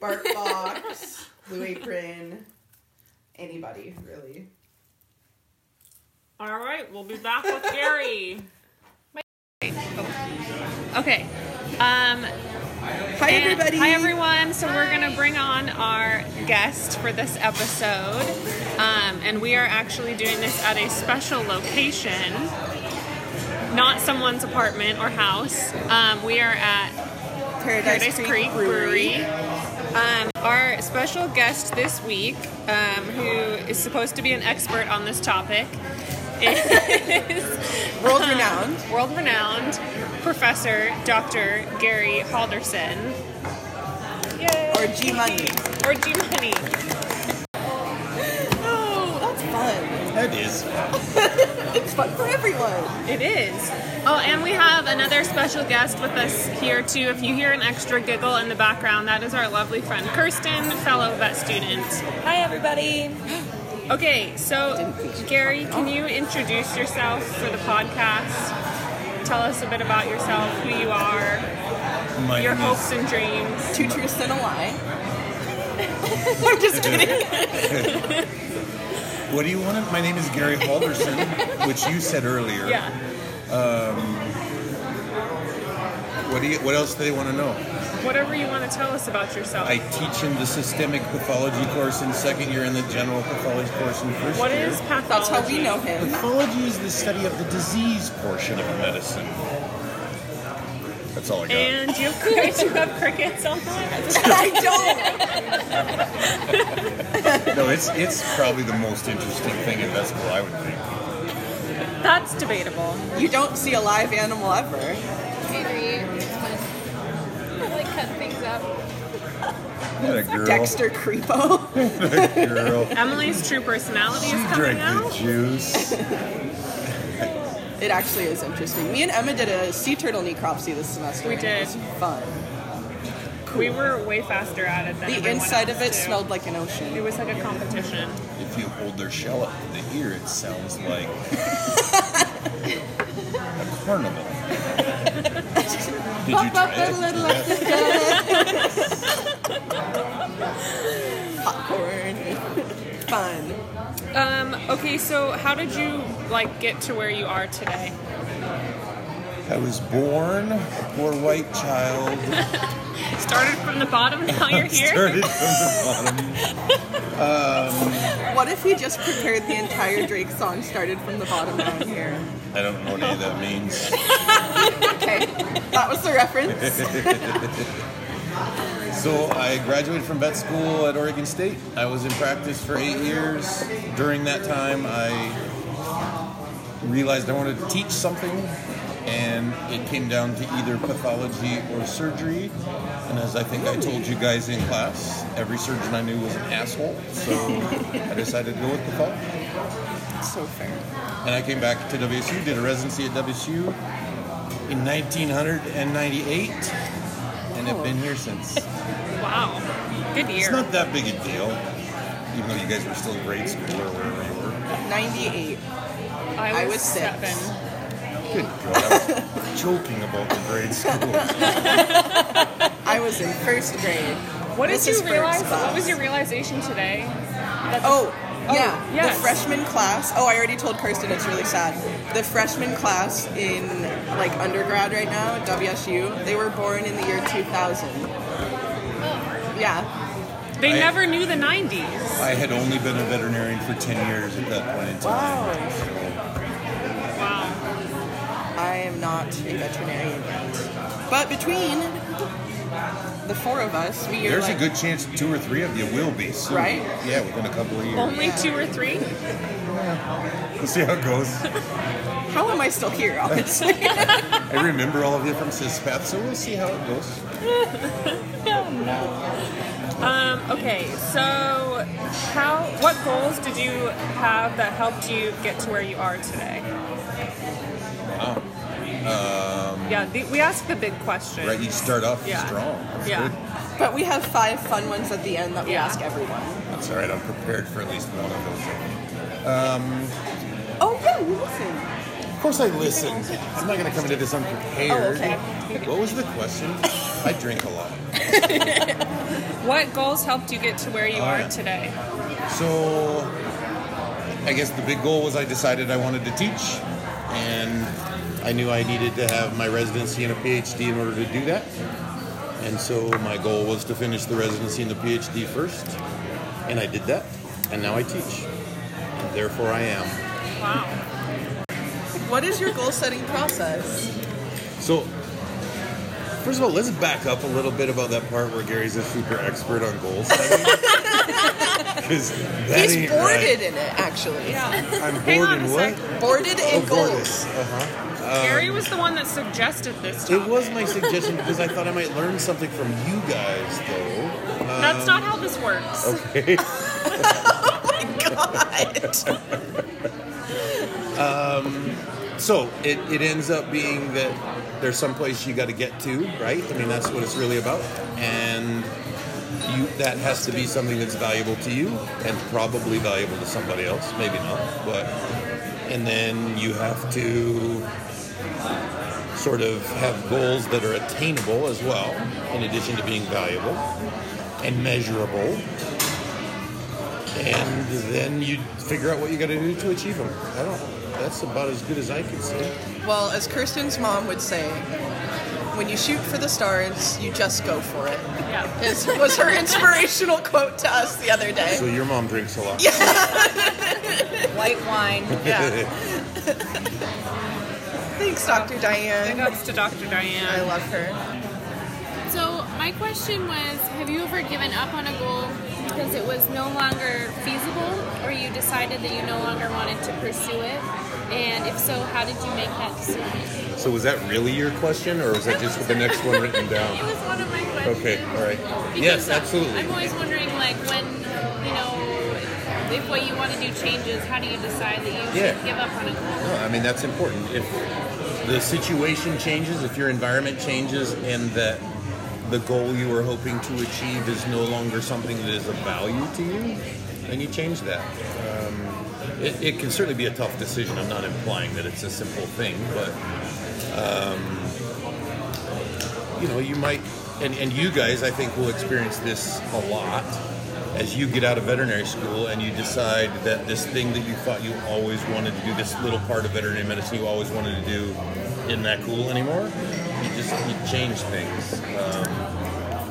S2: Barkbox, Blue Apron, anybody really.
S1: all right, we'll be back with Gary.
S3: Okay. Um,
S2: Hi
S3: And- Hi, everyone. So we're going to bring on our guest for this episode.
S1: Um, and we are actually doing this at a special location, not someone's apartment or house. Um, we are at Paradise Creek, Brewery. Um, our special guest this week, um, who is supposed to be an expert on this topic, is
S2: World renowned.
S1: world renowned professor Dr. Gary Halderson. Yay!
S2: Or G Money.
S1: Or G Money.
S2: Oh, that's fun.
S5: That is.
S2: It's fun for everyone.
S1: It is. Oh, and we have another special guest with us here too. If you hear an extra giggle in the background, that is our lovely friend Kirsten, fellow vet student.
S6: Hi, everybody.
S1: Okay, so Gary, can you introduce yourself for the podcast? Tell us a bit about yourself, who you are,
S5: My
S1: your
S5: name is-
S1: hopes and dreams.
S2: Two truths and a lie.
S5: What do you want? to- My name is Gary Halderson, which you said earlier.
S1: Yeah.
S5: What do you? What else do they want to know?
S1: Whatever you want to tell us about yourself.
S5: I teach in the systemic pathology course in second year and the general pathology course in first
S1: What
S5: year.
S1: is pathology?
S2: That's how we know him.
S5: Pathology is the study of the disease portion of medicine. That's all I got.
S1: And do you have crickets? you have crickets on that?
S2: I don't.
S5: no, it's it's probably the most interesting thing in vet school, I would think.
S1: That's debatable.
S2: You don't see a live animal ever.
S3: Maybe like cut things up.
S5: That a girl.
S2: Dexter Creepo.
S5: That girl.
S1: Emily's true personality
S5: She
S1: is coming
S5: drank
S1: out.
S5: the juice.
S2: It actually is interesting. Me and Emma did a sea turtle necropsy this semester.
S1: We did.
S2: It was fun.
S1: We were way faster at it than
S2: The
S1: everyone
S2: inside
S1: else,
S2: of it
S1: too.
S2: smelled like an
S1: It
S2: ocean.
S1: was like a competition.
S5: If you hold their shell up to the ear, it sounds like a carnival. Did you try it?
S2: Popcorn. Fun.
S1: Um, okay, so how did you like get to where you are today?
S5: I was born a poor white child.
S1: Started from the bottom, now you're here.
S5: Started from the bottom.
S2: What if he just prepared the entire Drake song started from the bottom down here?
S5: I don't know what any of that means.
S2: Okay, that was the reference.
S5: So I graduated from vet school at Oregon State. I was in practice for eight years. During that time, I realized I wanted to teach something, and it came down to either pathology or surgery. And as I think I told you guys in class, every surgeon I knew was an asshole, so I decided to go with pathology.
S2: So fair.
S5: And I came back to WSU, did a residency at WSU in 1998, and
S2: Oh.
S5: have been here since.
S1: Wow, good
S5: It's
S1: year.
S5: not that big a deal, even though you guys were still in grade school or wherever you were.
S2: 98.
S1: I
S2: was six.
S1: seven.
S5: Good God, I was joking about the grade school.
S2: I was in first grade.
S1: What did
S2: This
S1: you
S2: is first
S1: realize? What
S2: class.
S1: was your realization today? That the-
S2: Oh, yeah.
S1: yes.
S2: The freshman class. Oh, I already told Kirsten it's really sad. The freshman class in like undergrad right now at WSU, they were born in the year 2000. Oh. Yeah.
S1: they
S5: I-
S1: never knew the '90s.
S5: I had only been a veterinarian for 10 years at that point in time.
S1: Wow.
S2: I am not a veterinarian yet. But between the four of us, we are
S5: There's
S2: like,
S5: a good chance two or three of you will be soon.
S2: Right?
S5: Yeah, within a couple of years.
S1: Only two or three.
S5: We'll see how it goes.
S2: how am I still here, honestly?
S5: I remember all of you from CISPATH, so we'll see how it goes.
S1: Um, okay, so how? What goals did you have that helped you get to where you are today?
S5: Wow. Um,
S1: Yeah, the, we asked the big question.
S5: Right, you start off
S1: Yeah.
S5: strong. That's
S1: Yeah.
S5: good.
S2: but we have five fun ones at the end that we
S1: Yeah.
S2: ask everyone.
S5: That's all right. I'm prepared for at least one of those.
S2: Oh, yeah, you listen.
S5: Of course, I listen. I'm not going to come into this unprepared.
S2: Oh, okay.
S5: What was the question? I drink a lot.
S1: What goals helped you get to where you
S5: Oh,
S1: are
S5: yeah.
S1: today?
S5: So, I guess the big goal was I decided I wanted to teach, and I knew I needed to have my residency and a PhD in order to do that. And so, my goal was to finish the residency and the PhD first, and I did that, and now I teach. And therefore, I am.
S1: Wow.
S2: What is your goal setting process?
S5: So, first of all, let's back up a little bit about that part where Gary's a super expert on goal setting. Because that
S2: He's
S5: ain't
S2: boarded
S5: right.
S2: in it, actually.
S1: Yeah.
S5: I'm
S1: Hang on
S5: bored
S1: a
S5: in what?
S1: second.
S2: Boarded
S5: Oh,
S2: in goals.
S5: Gordis. Uh-huh.
S1: Gary was the one that suggested this. Topic.
S5: It was my suggestion because I thought I might learn something from you guys, though.
S1: That's not
S5: um,
S1: how this works.
S2: God.
S5: So it, it ends up being that there's some place you got to get to, right? I mean, that's what it's really about, and you that has to be something that's valuable to you, and probably valuable to somebody else. Maybe not, but and then you have to sort of have goals that are attainable as well, in addition to being valuable and measurable. And then you figure out what you got to do to achieve them. I don't. That's about as good as I can say.
S2: well, as Kirsten's mom would say, when you shoot for the stars, you just go for it.
S1: Yeah.
S2: Is, was her inspirational quote to us the other day.
S5: So your mom drinks a lot.
S7: White wine.
S2: Yeah. Thanks, Dr. Diane.
S1: Thanks to Dr.
S2: I
S1: Diane.
S2: love her.
S7: So my question was, have you ever given up on a goal because it was no longer feasible or you decided that you no longer wanted to pursue it? And if so, how did you make that decision?
S5: so was that really your question, or was that just the next one written
S7: It
S5: down?
S7: was one of my questions.
S5: Okay, all right.
S7: Because
S5: Yes,
S7: I'm-
S5: absolutely.
S7: I'm always wondering, like, when, you know, if what you want to do changes, how do you decide that you
S5: Yeah.
S7: should give up on a goal?
S5: No, I mean that's important. If the situation changes, if your environment changes, and that the goal you were hoping to achieve is no longer something that is of value to you, then you change that. Um, it, it can certainly be a tough decision. I'm not implying that it's a simple thing, but you know, you might, and, and you guys, I think, will experience this a lot as you get out of veterinary school and you decide that this thing that you thought you always wanted to do, this little part of veterinary medicine you always wanted to do, isn't that cool anymore. You just you change things. Um,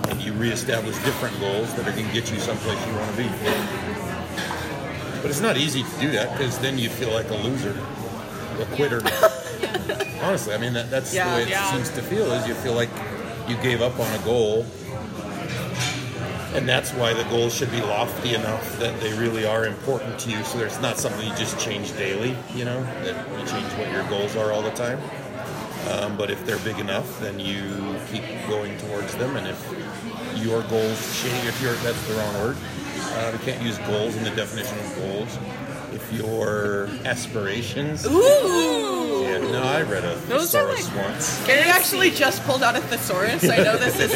S5: and you reestablish different goals that are going to get you someplace you want to be. But it's not easy to do that because then you feel like a loser, a quitter. Honestly, I mean that, that's
S6: Yeah.
S5: the way it
S2: Yeah.
S5: seems to feel is you feel like you gave up on a goal, and that's why the goals should be lofty enough that they really are important to you. So there's not something you just change daily. You know that you change what your goals are all the time. Um, but if they're big enough, then you keep going towards them. And if your goals change, if your that's the wrong word, uh, we can't use goals in the definition of goals. If your aspirations,
S6: Ooh!
S5: yeah, no, I read a
S6: Those are
S5: thesaurus once.
S6: Gary actually just pulled out a thesaurus. I know this is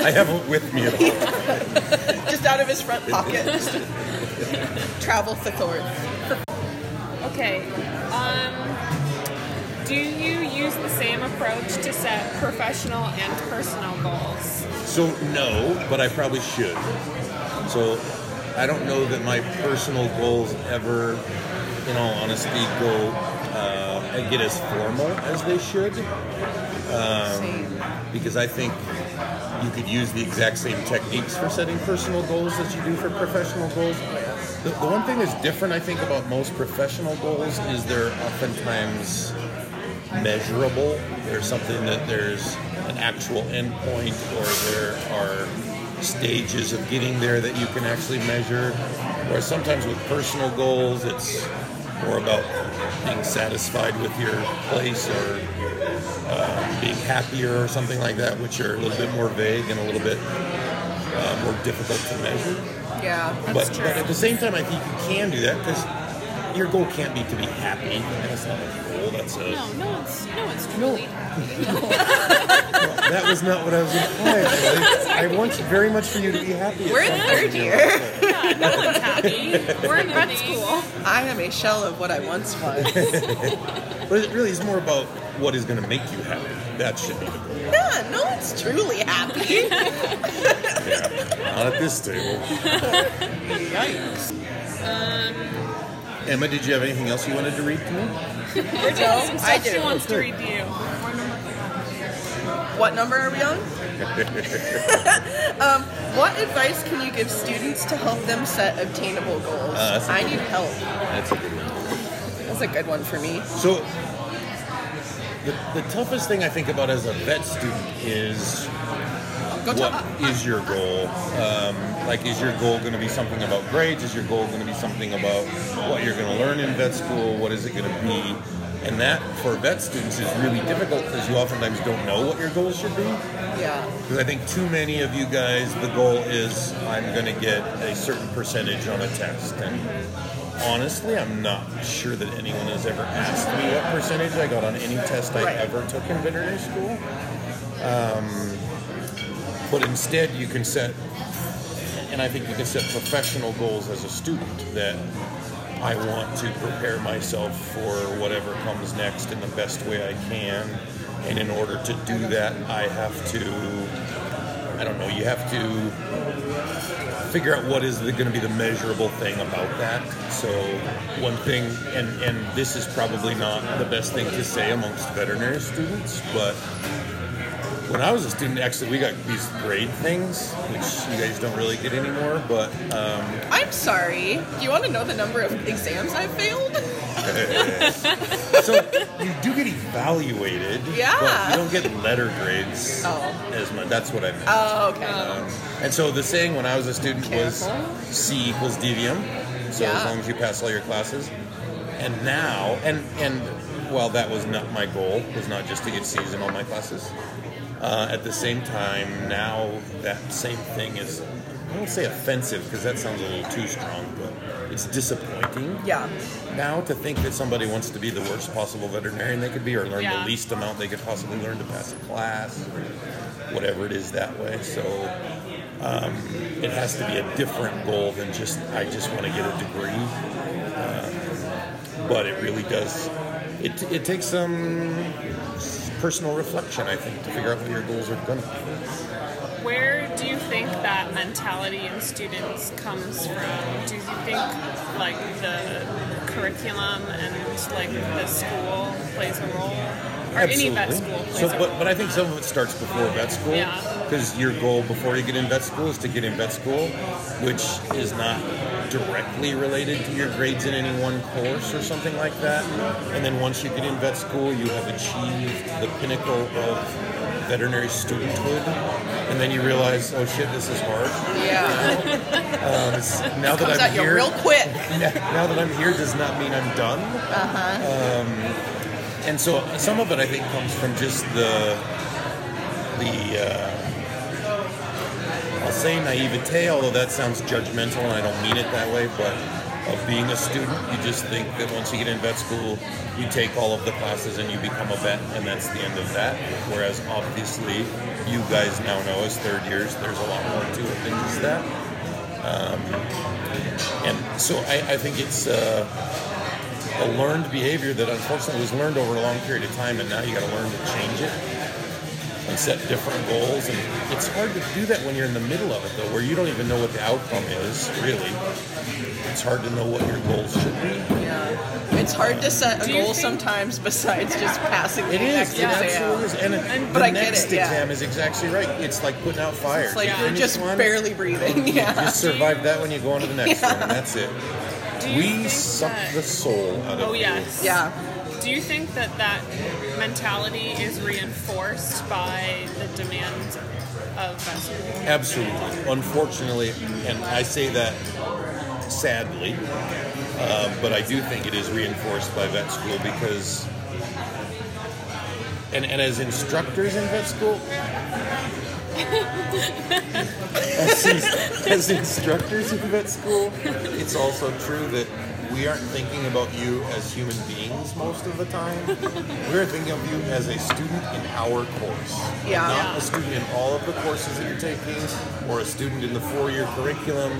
S5: I have it with me at all.
S6: just out of his front pocket. Just a Travel thesaurus.
S1: Okay. Um, do you use the same approach to set professional and personal goals?
S5: So no, but I probably should. So I don't know that my personal goals ever, in all honesty, go uh, and get as formal as they should. Um,
S6: Same.
S5: because I think you could use the exact same techniques for setting personal goals as you do for professional goals. The, the one thing that's different, I think, about most professional goals is they're oftentimes measurable. There's something that there's an actual endpoint, or there are stages of getting there that you can actually measure. Whereas sometimes with personal goals, it's more about being satisfied with your place or uh, being happier or something like that, which are a little bit more vague and a little bit uh, more difficult to measure.
S6: Yeah.
S5: But, but at the same time, I think you can do that because your goal can't be to be happy. And That's not a goal. That's a
S7: No, no one's no one's truly.
S5: that was not what I was implying. Really. I want you very much for you to be happy. at
S6: We're in
S5: some
S6: third
S5: point in your
S6: year.
S5: life.
S7: We're in vet school.
S6: I am a shell of what I once was.
S5: But it really is more about what is going to make you happy. That should be the goal.
S6: yeah, no one's truly happy.
S5: Yeah. Not at this table.
S6: Yikes.
S5: Emma, did you have anything else you wanted to read to me?
S6: No, I
S1: She
S6: do.
S1: wants to read you.
S6: What number are we on? um, what advice can you give students to help them set obtainable goals?
S5: Uh, that's a
S6: I
S5: good
S6: need help.
S5: That's a good one.
S6: That's a good one for me.
S5: So, the, the toughest thing I think about as a vet student is
S6: Go uh,
S5: what
S6: talk.
S5: is your goal? Um, like, is your goal going to be something about grades? Is your goal going to be something about what you're going to learn in vet school? What is it going to be? And that for vet students is really difficult because you oftentimes don't know what your goals should be.
S6: Yeah.
S5: Because I think too many of you guys, the goal is I'm going to get a certain percentage on a test. And honestly, I'm not sure that anyone has ever asked me what percentage I got on any test I
S6: Right.
S5: ever took in veterinary school. Um, but instead, you can set, and I think you can set professional goals as a student that I want to prepare myself for whatever comes next in the best way I can. And in order to do that, I have to, I don't know, you have to figure out what is going to be the measurable thing about that. So, one thing, and, and this is probably not the best thing to say amongst veterinary students, but when I was a student, actually, we got these grade things, which you guys don't really get anymore, but.
S6: I'm sorry. Do you want to know the number of exams I failed?
S5: uh, So you do get evaluated.
S6: Yeah.
S5: But you don't get letter grades
S6: Oh.
S5: as much. That's what I meant.
S6: Oh, okay.
S5: Uh, and so the saying when I was a student
S6: Careful.
S5: was C equals DVM. So as
S6: Yeah.
S5: long as you pass all your classes. And now, and and while that was not my goal, was not just to get C's in all my classes. Uh, at the same time, now that same thing is I won't say offensive because that sounds a little too strong, but it's disappointing
S6: Yeah.
S5: now to think that somebody wants to be the worst possible veterinarian they could be or learn
S7: Yeah.
S5: the least amount they could possibly learn to pass a class or whatever it is that way so um, it has to be a different goal than just i just want to get a degree um, but it really does it, it takes some personal reflection i think to figure out what your goals are going to be
S1: Where do you think that mentality in students comes from? Do you think like the curriculum and like the school plays a role, or any vet school plays
S5: So,
S1: a role?
S5: but, but I think some of it starts before vet school.
S1: Yeah.
S5: Because your goal before you get in vet school is to get in vet school, which is not directly related to your grades in any one course or something like that. And then once you get in vet school, you have achieved the pinnacle of veterinary studenthood. And then you realize, oh shit, this is hard.
S6: Yeah.
S5: Um, it's- now that
S6: Comes
S5: I'm
S6: at you
S5: here,
S6: real quick.
S5: yeah, now that I'm here does not mean I'm done. Uh-huh. Um, and so some of it I think comes from just the the uh, I'll say naivete, although that sounds judgmental and I don't mean it that way, but of being a student, you just think that once you get in vet school, you take all of the classes and you become a vet, and that's the end of that. Whereas obviously, you guys now know as third years, there's a lot more to it than just that. And so I, I think it's uh, a learned behavior that unfortunately was learned over a long period of time, and now you got to learn to change it and set different goals. And it's hard to do that when you're in the middle of it, though, where you don't even know what the outcome is, really. It's hard to know what your goals should be.
S6: Yeah. It's hard to set a
S1: you
S6: goal
S1: think-
S6: sometimes besides just passing the
S5: It
S6: next
S5: is. It absolutely
S6: exam.
S5: is. And, the
S6: But I get
S5: next
S6: it, yeah.
S5: exam is exactly right. It's like putting out fires.
S6: It's like
S5: You
S6: you're
S5: finish
S6: just
S5: one,
S6: barely breathing.
S5: You
S6: Yeah.
S5: just survive that when you go on to the next one, and that's it.
S1: Do you
S5: We
S1: think
S5: suck
S1: that-
S5: the soul out of
S1: Oh
S5: you.
S1: yes.
S6: Yeah.
S1: Do you think that that mentality is reinforced by the demands of vet school?
S5: Absolutely. Unfortunately, and I say that sadly, um, but I do think it is reinforced by vet school because, and, and as instructors in vet school, as, ins- as instructors in vet school, it's also true that we aren't thinking about you as human beings most of the time. We're thinking of you as a student in our course.
S6: Yeah.
S5: Not a student in all of the courses that you're taking or a student in the four year curriculum.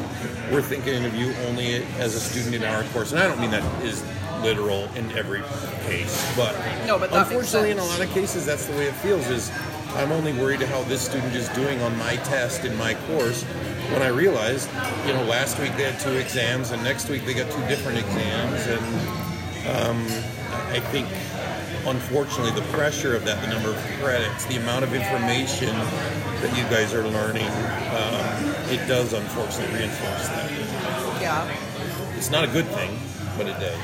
S5: We're thinking of you only as a student in our course. And I don't mean that is literal in every case, but,
S6: No, but that makes
S5: unfortunately, in a
S6: sense.
S5: lot of cases, that's the way it feels is I'm only worried how this student is doing on my test in my course when I realized, you know, last week they had two exams and next week they got two different exams. And um, I think, unfortunately, the pressure of that, the number of credits, the amount of information that you guys are learning, um, it does unfortunately reinforce that.
S6: Yeah.
S5: It's not a good thing, but it does.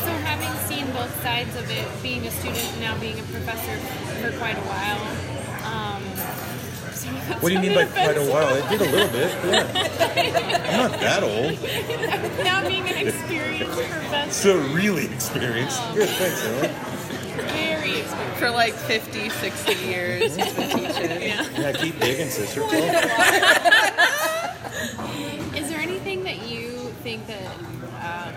S7: So having seen both sides of it, being a student and now being a professor for quite a while. Um, some of that
S5: What do you mean by
S7: sounded
S5: quite a
S7: offensive.
S5: while? It did a little bit. Yeah. I'm not that old.
S7: now being an experienced professor,
S5: So really experienced. Good, thanks, Emily.
S7: very experienced.
S6: For like 50, 60 years, he's been teaching.
S5: Yeah, keep digging, sister.
S7: Is there anything that you think that um,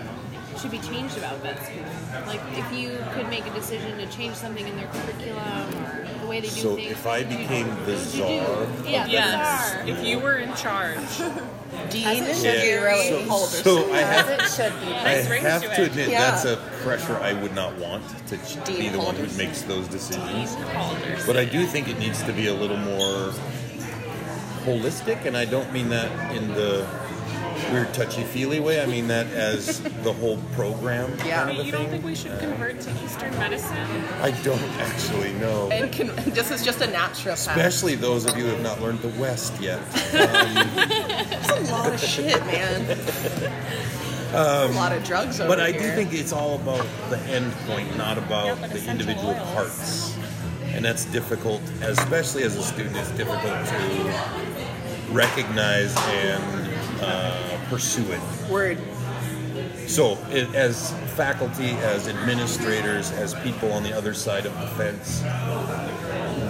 S7: should be changed about vet school? Like, if you could make a decision to change something in their curriculum or the way they do
S5: So
S7: things,
S5: if I
S7: what would you-
S5: became
S7: what
S5: the
S7: would you
S5: czar
S7: do? yeah,
S1: Yes.
S7: the czar.
S1: If you were in charge.
S6: Dean
S8: As it should
S5: Yeah.
S8: be, really.
S5: So, so I
S8: As
S5: have,
S8: it should be.
S5: I
S1: Nice ring
S5: have
S1: to
S5: to
S1: it.
S5: admit
S6: Yeah.
S5: that's a pressure I would not want to ch- be the one who makes those decisions. But I do think it needs to be a little more holistic, and I don't mean that in the weird touchy feely way. I mean that as the whole program.
S6: Yeah.
S5: kind of a
S1: You don't
S5: thing.
S1: think we should convert to Eastern medicine?
S5: I don't actually know.
S6: And can, this is just a natural path.
S5: Especially those of you who have not learned the West yet. Um,
S6: That's a lot of shit, man. a lot of drugs over
S5: Um, But I do
S6: here.
S5: think it's all about the end point, not about the individual parts. And that's difficult, especially as a student, it's difficult to recognize and uh, pursue it.
S6: Word.
S5: So, it, as faculty, as administrators, as people on the other side of the fence,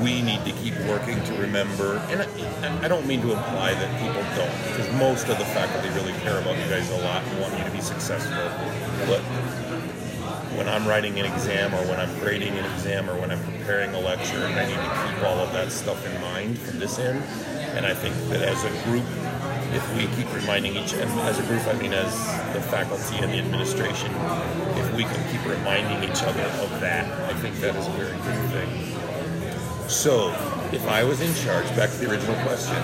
S5: we need to keep working to remember. And I, I don't mean to imply that people don't, because most of the faculty really care about you guys a lot and want you to be successful. But when I'm writing an exam, or when I'm grading an exam, or when I'm preparing a lecture, I need to keep all of that stuff in mind from this end. And I think that as a group, if we keep reminding each and as a group, I mean as the faculty and the administration, if we can keep reminding each other of that, I think that is a very good thing. So, if I was in charge, back to the original question,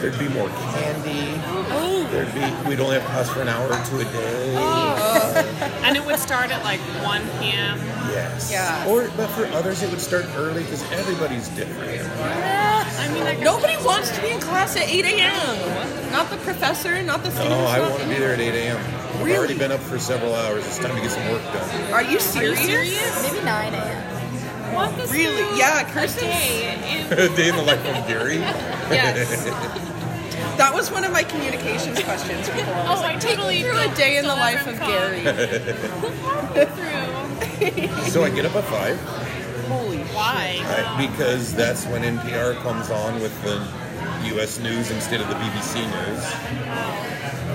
S5: there'd be more candy. There'd be we'd only have class for an hour or two a day.
S1: And it would start at like 1 p.m.
S5: Yes.
S6: Yeah.
S5: Or but for others, it would start early because everybody's different.
S1: I mean, like,
S6: Nobody wants to be in class at 8 a.m. Not the professor, not the students.
S5: Oh, I
S6: not
S5: want to be there at 8 a.m. I've already been up for several hours. It's time to get some work done.
S6: Are you serious?
S8: Maybe 9 a.m.
S7: What the
S6: Really?
S7: snoo-
S6: Yeah,
S7: a
S6: Kirsten's-
S7: day in-
S5: Day in the life of Gary.
S7: Yes.
S6: That was one of my communications questions before. I was
S7: Oh,
S6: like,
S7: I
S6: take
S7: totally
S6: me through a day in the
S7: still
S6: life
S7: haven't
S6: of
S7: gone.
S6: Gary.
S7: through.
S5: So I get up at five
S6: Holy
S1: why?
S5: right, because that's when NPR comes on with the U.S. news instead of the BBC news.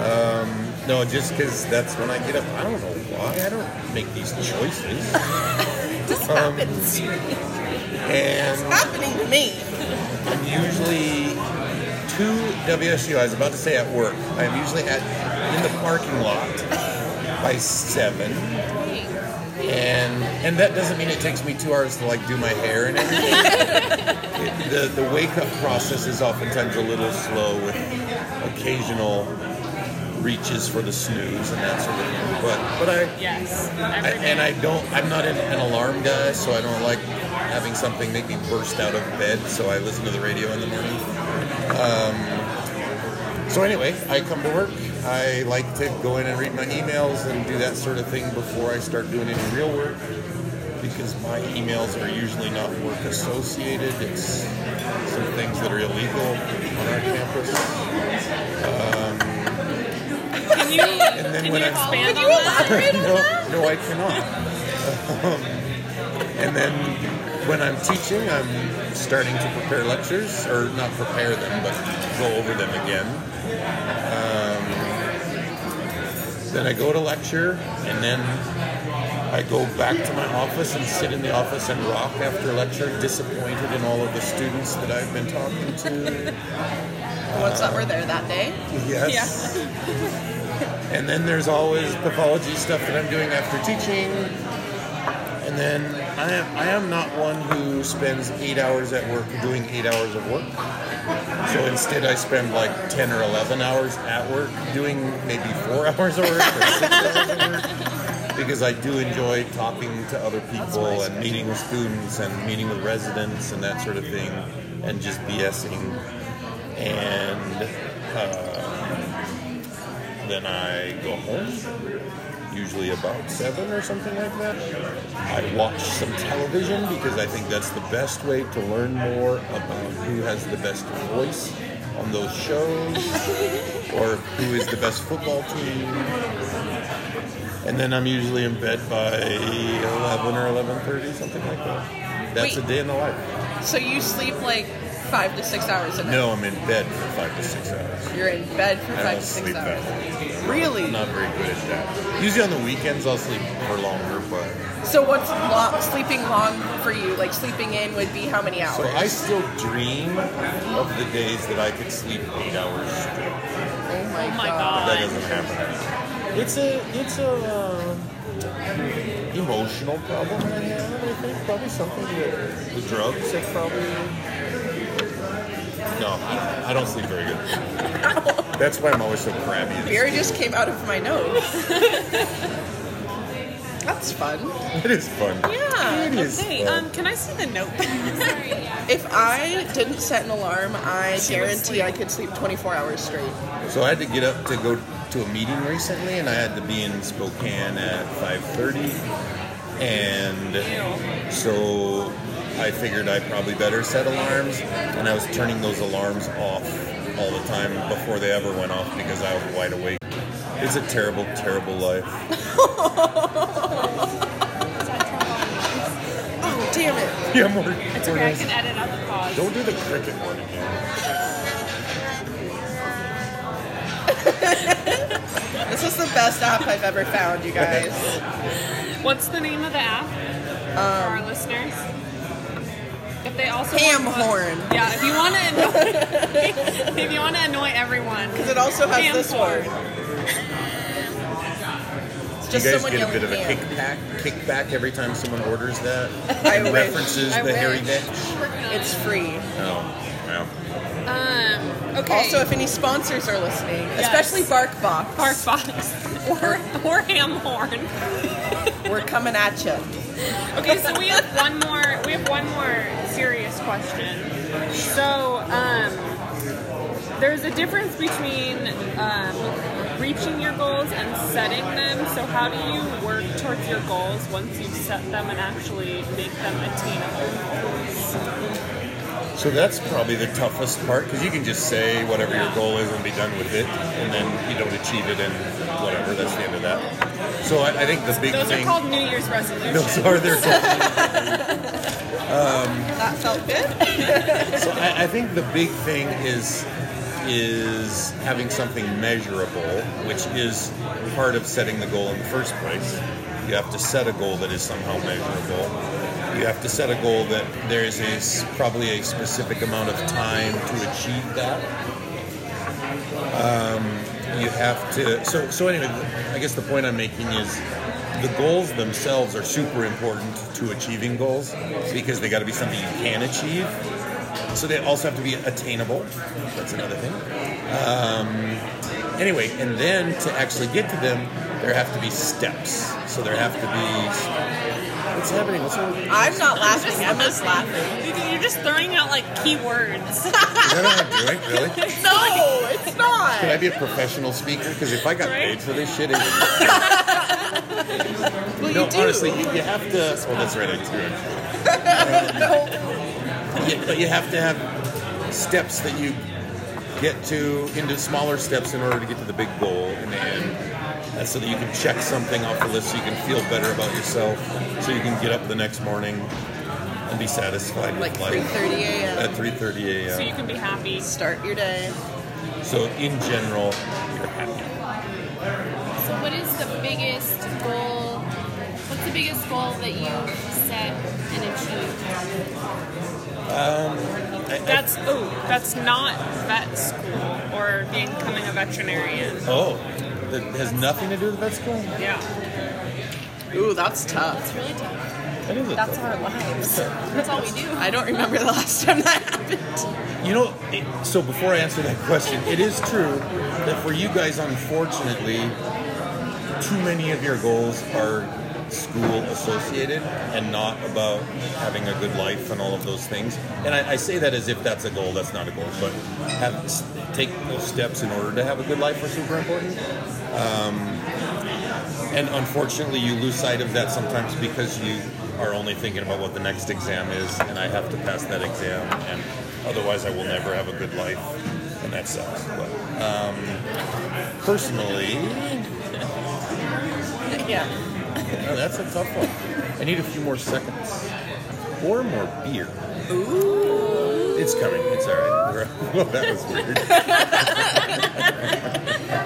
S5: Um, no, just because that's when I get up. I don't know why. I don't make these choices.
S6: This
S1: Um,
S6: happens.
S5: And
S6: happening to me.
S5: I'm usually two WSU. I was about to say at work. I'm usually at in the parking lot by seven, and and that doesn't mean it takes me two hours to like do my hair and everything. It- the the wake up process is oftentimes a little slow with occasional reaches for the snooze and that sort of thing. But but I
S1: Yes.
S5: I, and I don't. I'm not an, an alarm guy, so I don't like having something make me burst out of bed. So I listen to the radio in the morning. Um, so anyway, I come to work. I like to go in and read my emails and do that sort of thing before I start doing any real work because my emails are usually not work associated. It's some things that are illegal on our campus.
S1: Can you,
S5: And then
S1: can
S5: when
S1: you
S5: I'm-
S1: expand on that?
S5: no, no, I cannot. Um, and then when I'm teaching, I'm starting to prepare lectures, or not prepare them, but go over them again. Um, then I go to lecture, and then I go back to my office and sit in the office and rock after lecture, disappointed in all of the students that I've been talking to.
S6: What's up? We're there that day.
S5: Yes. and then there's always pathology stuff that I'm doing after teaching. And then I am, I am not one who spends eight hours at work doing eight hours of work. So instead, I spend like 10 or 11 hours at work doing maybe four hours of work or six hours of work. Because I do enjoy talking to other people and meeting with students and meeting with residents and that sort of thing and just BSing. And uh, then I go home, usually about seven or something like that. I watch some television because I think that's the best way to learn more about who has the best voice on those shows or who is the best football team. And then I'm usually in bed by 11 or 11:30, something like that. That's
S6: Wait.
S5: a day in the life.
S6: So you sleep like five to six hours a night.
S5: No, I'm in bed for five to six hours.
S6: You're in bed for
S5: I
S6: five
S5: don't
S6: to six
S5: sleep
S6: hours.
S5: that long.
S6: Really?
S5: I'm not very good at that. Usually on the weekends I'll sleep for longer, but
S6: So what's long, sleeping long for you? Like sleeping in would be how many hours?
S5: So I still dream of the days that I could sleep eight hours straight.
S6: oh my,
S1: Oh my
S6: god.
S5: That
S1: god.
S5: doesn't happen. It's a it's a uh, emotional problem I have. I think probably something that the drugs have probably. No, I don't, I don't sleep very good. That's why I'm always so crabby. and
S6: Beer just came out of my nose. That's fun.
S5: It is fun.
S6: Yeah.
S5: It is
S1: Hey,
S5: fun.
S1: um, can I see the notebook?
S6: If I didn't set an alarm, I guarantee I could sleep 24 hours straight.
S5: So I had to get up to go to a meeting recently, and I had to be in Spokane at 5:30, and so I figured I probably better set alarms, and I was turning those alarms off all the time before they ever went off because I was wide awake. It's a terrible, terrible life.
S6: Oh, damn it.
S5: Yeah, more.
S7: It's okay, I can edit out the pause.
S5: Don't do the cricket one again.
S6: This is the best app I've ever found, you guys.
S7: What's the name of the app for our listeners? If they also
S6: Ham
S7: want to-
S6: horn.
S7: Yeah, if you want to annoy, if you want to annoy everyone,
S6: Because it also has
S7: Ham
S6: this
S7: horn.
S6: one. It's
S5: You
S6: just someone
S5: guys get a
S6: yelling
S5: bit of a
S6: ham.
S5: kickback, kickback every time someone orders that.
S6: I
S5: and
S6: wish.
S5: references
S6: I
S5: the hairy
S6: wish.
S5: bitch.
S6: It's free.
S5: Oh, wow.
S7: um, okay.
S6: Also, if any sponsors are listening,
S7: Yes.
S6: especially BarkBox,
S7: Bark Fox or or Ham Horn.
S6: we're coming at you.
S7: Okay, so we have one more. We have one more serious question. So, um, there's a difference between um, reaching your goals and setting them. So, how do you work towards your goals once you've set them and actually make them attainable?
S5: So that's probably the toughest part because you can just say whatever your goal is and be done with it, and then you don't achieve it, and whatever. That's the end of that. So I, I think the big
S7: Those are
S5: thing.
S7: called New Year's resolutions.
S5: those are their goals.
S6: That felt good.
S5: So I, I think the big thing is is having something measurable, which is part of setting the goal in the first place. You have to set a goal that is somehow measurable. You have to set a goal that there is a s- probably a specific amount of time to achieve that. Um, you have to. So so anyway, I guess the point I'm making is. The goals themselves are super important to achieving goals because they got to be something you can achieve, so they also have to be attainable. That's another thing. Um, anyway, and then to actually get to them, there have to be steps. So there have to be. What's happening? What's wrong? Is
S6: I'm not laughing. I'm just laughing.
S7: You're just throwing out like keywords.
S5: that what I'm doing? Really?
S6: No, it's not.
S5: Can I be a professional speaker? Because if I got
S7: Right.
S5: paid for this shit, it would.
S6: Well,
S5: no,
S6: you do.
S5: honestly, you, you have to. Well, Oh, that's right. I do. actually. Um, you- but you have to have steps that you get to into smaller steps in order to get to the big goal in the end. Uh, so that you can check something off the list, so you can feel better about yourself, so you can get up the next morning and be satisfied
S6: like
S5: with life
S6: 3:30
S5: at
S6: a.m.
S5: 3:30 a.m.
S7: So you can be happy.
S6: Start your day.
S5: so in general, you're happy.
S7: So what is the biggest goal? What's the biggest goal that you set and achieved?
S5: I- I-
S1: That's oh, that's not vet school or becoming a veterinarian.
S5: Oh, that has nothing to do with vet school?
S1: Yeah.
S6: Ooh, that's tough.
S7: Really tough.
S5: That is a
S8: That's our lives.
S7: That's all we do.
S6: I don't remember the last time that happened.
S5: You know, it, so before I answer that question, it is true that for you guys, unfortunately, too many of your goals are school associated and not about having a good life and all of those things. And I, I say that as if that's a goal, that's not a goal, but have, s- take those steps in order to have a good life are super important. And unfortunately, you lose sight of that sometimes because you are only thinking about what the next exam is, and I have to pass that exam, and otherwise, I will never have a good life, and that sucks. But um, personally,
S6: yeah.
S5: no, that's a tough one. I need a few more seconds or more beer. Ooh, it's coming. It's all right. We're- well, that was weird.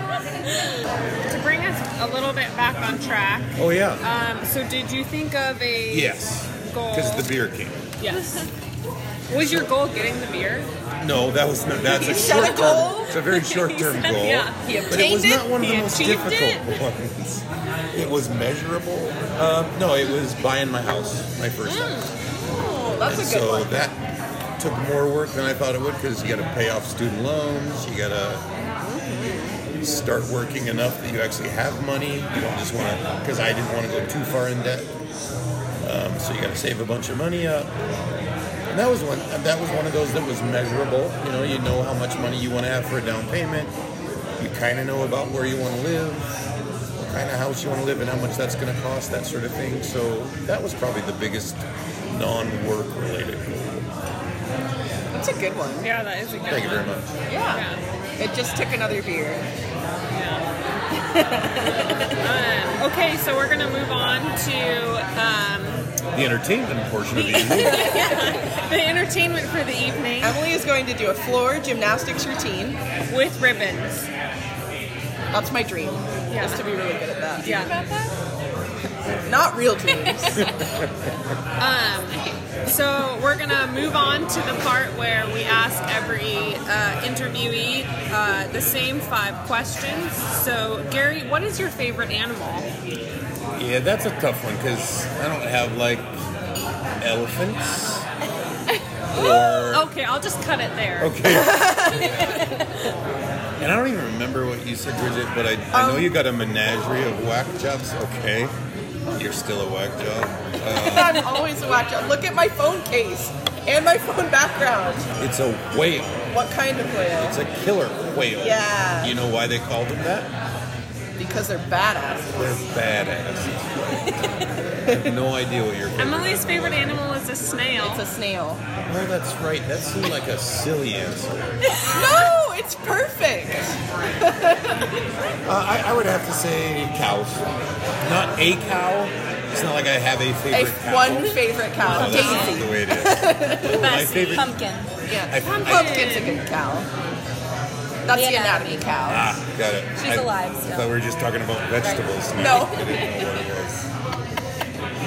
S1: To bring us a little bit back on track,
S5: Oh yeah.
S1: um, so did you think of a
S5: Yes,
S1: goal?
S5: because the beer came.
S1: Yes. Was your goal getting the beer?
S5: No, that was not, that's a short term. It's a very short term
S1: said,
S5: goal.
S1: yeah.
S6: He
S5: But it was
S6: obtained
S5: not one of the
S1: He
S5: most
S1: achieved
S5: difficult ones. It was measurable. Um, no, it was buying my house, my first house.
S6: Ah. Oh, that's a good
S5: so
S6: one.
S5: that took more work than I thought it would because you got to pay off student loans. You got to start working enough that you actually have money. You don't just want to because I didn't want to go too far in debt. Um, so you got to save a bunch of money up. And that was one. That was one of those that was measurable. You know, you know how much money you want to have for a down payment. You kind of know about where you want to live, what kind of house you want to live, in, how much that's going to cost, that sort of thing. So that was probably the biggest non-work related. goal.
S6: That's a good one.
S1: Yeah, that is a good
S5: Thank you
S1: one.
S5: very much.
S6: Yeah. It just took another beer.
S1: Um, okay, so we're gonna move on to um,
S5: The entertainment portion of the evening.
S1: the entertainment for the evening
S2: Emily is going to do a floor gymnastics routine.
S1: with ribbons.
S2: That's my dream. Yeah. Is to be really good at that.
S1: Yeah.
S2: Not real dreams.
S1: So we're gonna move on to the part where we ask every uh, interviewee uh, the same five questions. So Gary, what is your favorite animal?
S5: yeah, that's a tough one because I don't have like elephants. Or
S1: Okay, I'll just cut it there.
S5: Okay. and I don't even remember what you said, Bridget, but I, I
S2: Um,
S5: know you got a menagerie of whack jobs. Okay. You're still a whack job.
S2: I'm always a whack job. Look at my phone case and my phone background.
S5: It's a whale.
S2: What kind of whale?
S5: It's a killer whale.
S2: Yeah.
S5: You know why they called them that?
S2: Because they're badass.
S5: They're badasses. I have no idea what you're.
S1: Emily's favorite animal is a snail.
S2: It's a snail.
S5: Oh, that's right. That seemed like a silly answer.
S2: No, it's perfect.
S5: Uh, I, I would have to say cows. Not a cow. It's not like I have a
S2: A
S5: favorite cow.
S2: one favorite cow,
S5: No, that's not
S2: Daisy.
S5: the way it is. My favorite.
S8: Pumpkin.
S2: Yeah,
S5: I-
S2: pumpkin's a good cow. That's
S8: The
S2: the anatomy cow.
S5: Ah, got it.
S8: She's alive still.
S5: thought we were just talking about vegetables.
S2: No.
S5: I didn't know what it was.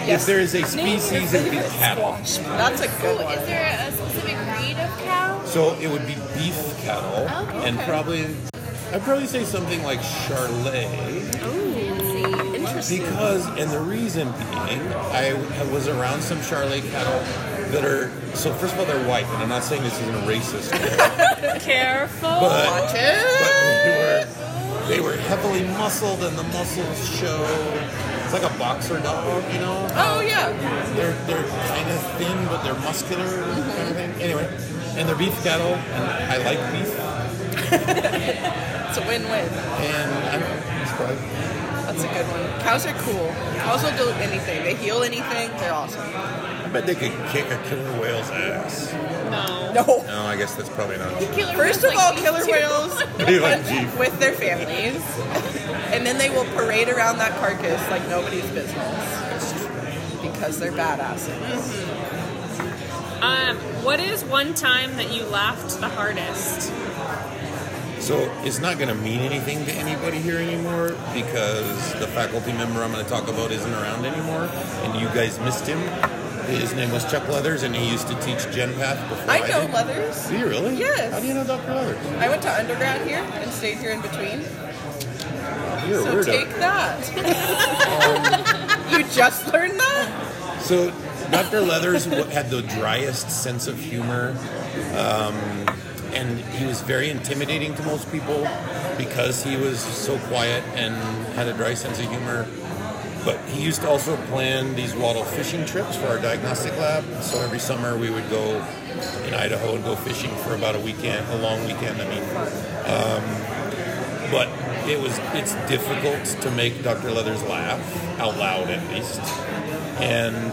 S2: Yes.
S5: If there is a species, it would be cattle.
S2: That's a good
S7: Is
S2: one.
S7: there a specific breed of cow?
S5: So it would be beef cattle, and probably I'd probably say something like Charlet because, and the reason being, I, I was around some Charlet cattle that are so. First of all, they're white, and I'm not saying this isn't a racist,
S1: Careful.
S5: but
S2: Watch it.
S5: but they were they were heavily muscled, and the muscles show. It's like a boxer dog, you know.
S2: Oh yeah.
S5: They're they're kind of thin, but they're muscular. and everything. Anyway, and they're beef cattle, and I like beef,
S2: It's a win-win.
S5: and I'm it's probably
S2: That's a good one. Cows are cool. Cows will do anything. They heal anything. They're awesome.
S5: I bet they could kick a killer whale's ass.
S1: No.
S2: No.
S5: No, I guess that's probably not.
S2: First of all, killer whales
S5: Be like Jeep.
S2: with their families, and then they will parade around that carcass like nobody's business because they're badasses.
S1: Um, what is one time that you laughed the hardest?
S5: So it's not going to mean anything to anybody here anymore because the faculty member I'm going to talk about isn't around anymore, and you guys missed him. His name was Chuck Leathers, and he used to teach Gen Path before I,
S2: I know
S5: did.
S2: leathers.
S5: Do you really?
S2: Yes.
S5: How do you know Dr. Leathers?
S2: I went to undergrad here and stayed here in between.
S5: You're
S2: So
S5: a weirdo.
S2: take that. you just learned that?
S5: So, Dr. Leathers w- had the driest sense of humor, um, and he was very intimidating to most people because he was so quiet and had a dry sense of humor. But he used to also plan these waddle fishing trips for our diagnostic lab. So every summer we would go in Idaho and go fishing for about a weekend, a long weekend. I mean, Um, but it was it's difficult to make Dr. Leathers laugh out loud at least. And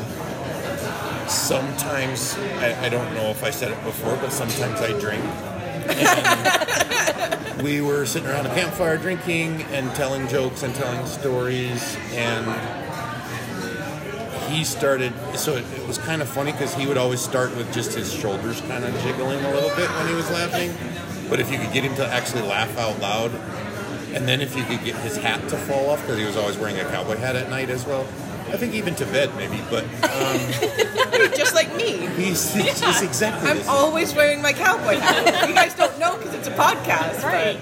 S5: sometimes I, I don't know if I said it before, but sometimes I drink. And we were sitting around a campfire drinking and telling jokes and telling stories and he started so it, it was kind of funny because he would always start with just his shoulders kind of jiggling a little bit when he was laughing but if you could get him to actually laugh out loud and then if you could get his hat to fall off because he was always wearing a cowboy hat at night as well i think even to bed maybe but
S2: You're just like me.
S5: he's, he's, he's exactly
S2: I'm
S5: this.
S2: always wearing my cowboy hat. You guys don't know because it's a podcast, right?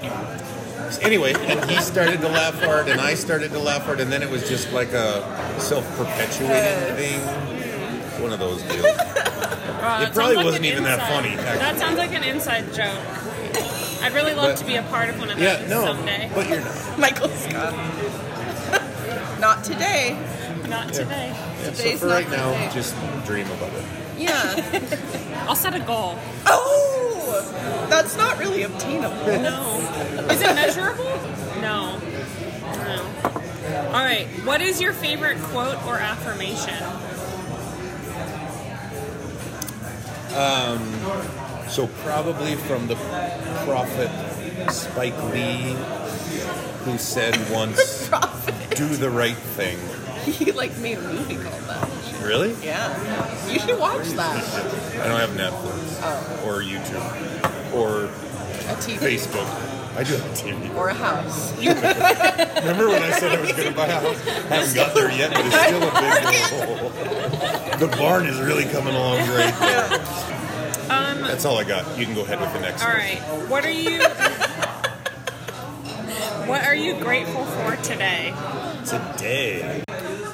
S5: anyway and he started to laugh hard and i started to laugh hard and then it was just like a self-perpetuating
S2: Yes.
S5: thing one of those deals
S1: Uh,
S5: It probably
S1: sounds like
S5: wasn't
S1: an
S5: even that
S1: inside-
S5: funny, actually.
S1: That sounds like an inside joke. I'd really love
S5: But-
S1: to be a part of one of those
S5: yeah no
S1: someday.
S5: but you're not
S2: Michael Scott. Not today.
S1: Not today.
S5: Yeah, so
S2: Today's
S5: for
S2: not
S5: right
S2: the
S5: now
S2: day.
S5: just dream about it
S2: Yeah.
S1: I'll set a goal.
S2: Oh, that's not really obtainable.
S1: No. Is it measurable? No. No. All right. What is your favorite quote or affirmation?
S5: So probably from the prophet Spike Lee. who said once, do the right thing.
S2: He like made a movie called that.
S5: Really?
S2: Yeah, you should watch that.
S5: I don't have Netflix
S2: Oh.
S5: or YouTube or
S2: A TV
S5: Facebook. I do have TV.
S2: or a house.
S5: Remember when I said I was going to buy a house? Haven't got there yet, but it's still a big goal. The barn is really coming along great.
S1: Um,
S5: That's all I got. You can go ahead with the next
S1: all
S5: one.
S1: right. What are you? what are you grateful for today?
S5: Today.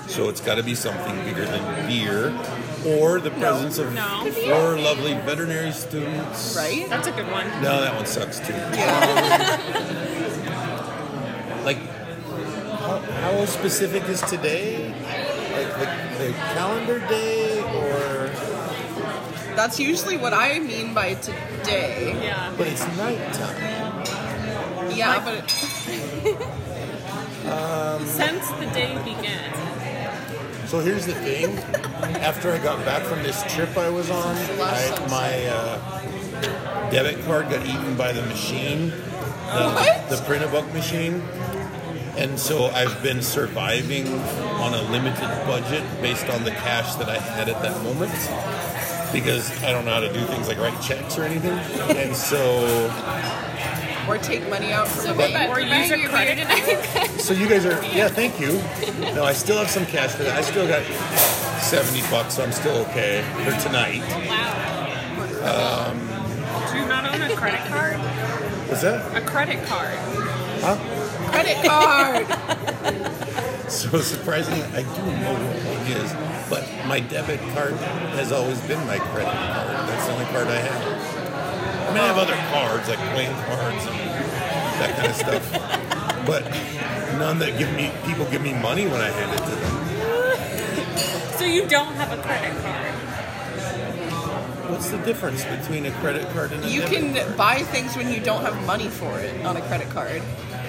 S5: So it's got to be something bigger than beer or the presence of
S1: No. Could
S5: four lovely veterinary students.
S2: Right?
S1: That's a good one.
S5: No, that one sucks too. like, how, how specific is today? Like the, the calendar day, or
S2: That's usually what I mean by today.
S1: Yeah.
S5: but it's nighttime.
S2: Yeah, but it,
S1: Since the day began.
S5: So here's the thing. After I got back from this trip I was on, I, my uh, debit card got eaten by the machine, the,
S2: What?
S5: the print-a-book machine. And so I've been surviving on a limited budget based on the cash that I had at that moment because I don't know how to do things like write checks or anything. And so
S2: or take money out for the
S7: But
S2: bank.
S1: Or
S7: we're
S1: use
S7: buying
S1: a
S7: your beer
S1: credit
S7: tonight.
S5: So you guys are, yeah, thank you. No, I still have some cash for that. I still got 70 bucks, so I'm still okay for tonight.
S1: Do you not own a credit card?
S5: What's that?
S1: A credit card.
S2: Credit card.
S5: So surprisingly, I do know what it is, but my debit card has always been my credit card. That's the only card I have. I mean, I have other cards, like playing cards and that kind of stuff, but none that give me, people give me money when I hand it to them.
S1: So you don't have a credit card.
S5: What's the difference between a credit card and a
S2: you
S5: debit
S2: can
S5: card?
S2: buy things when you don't have money for it on a credit card.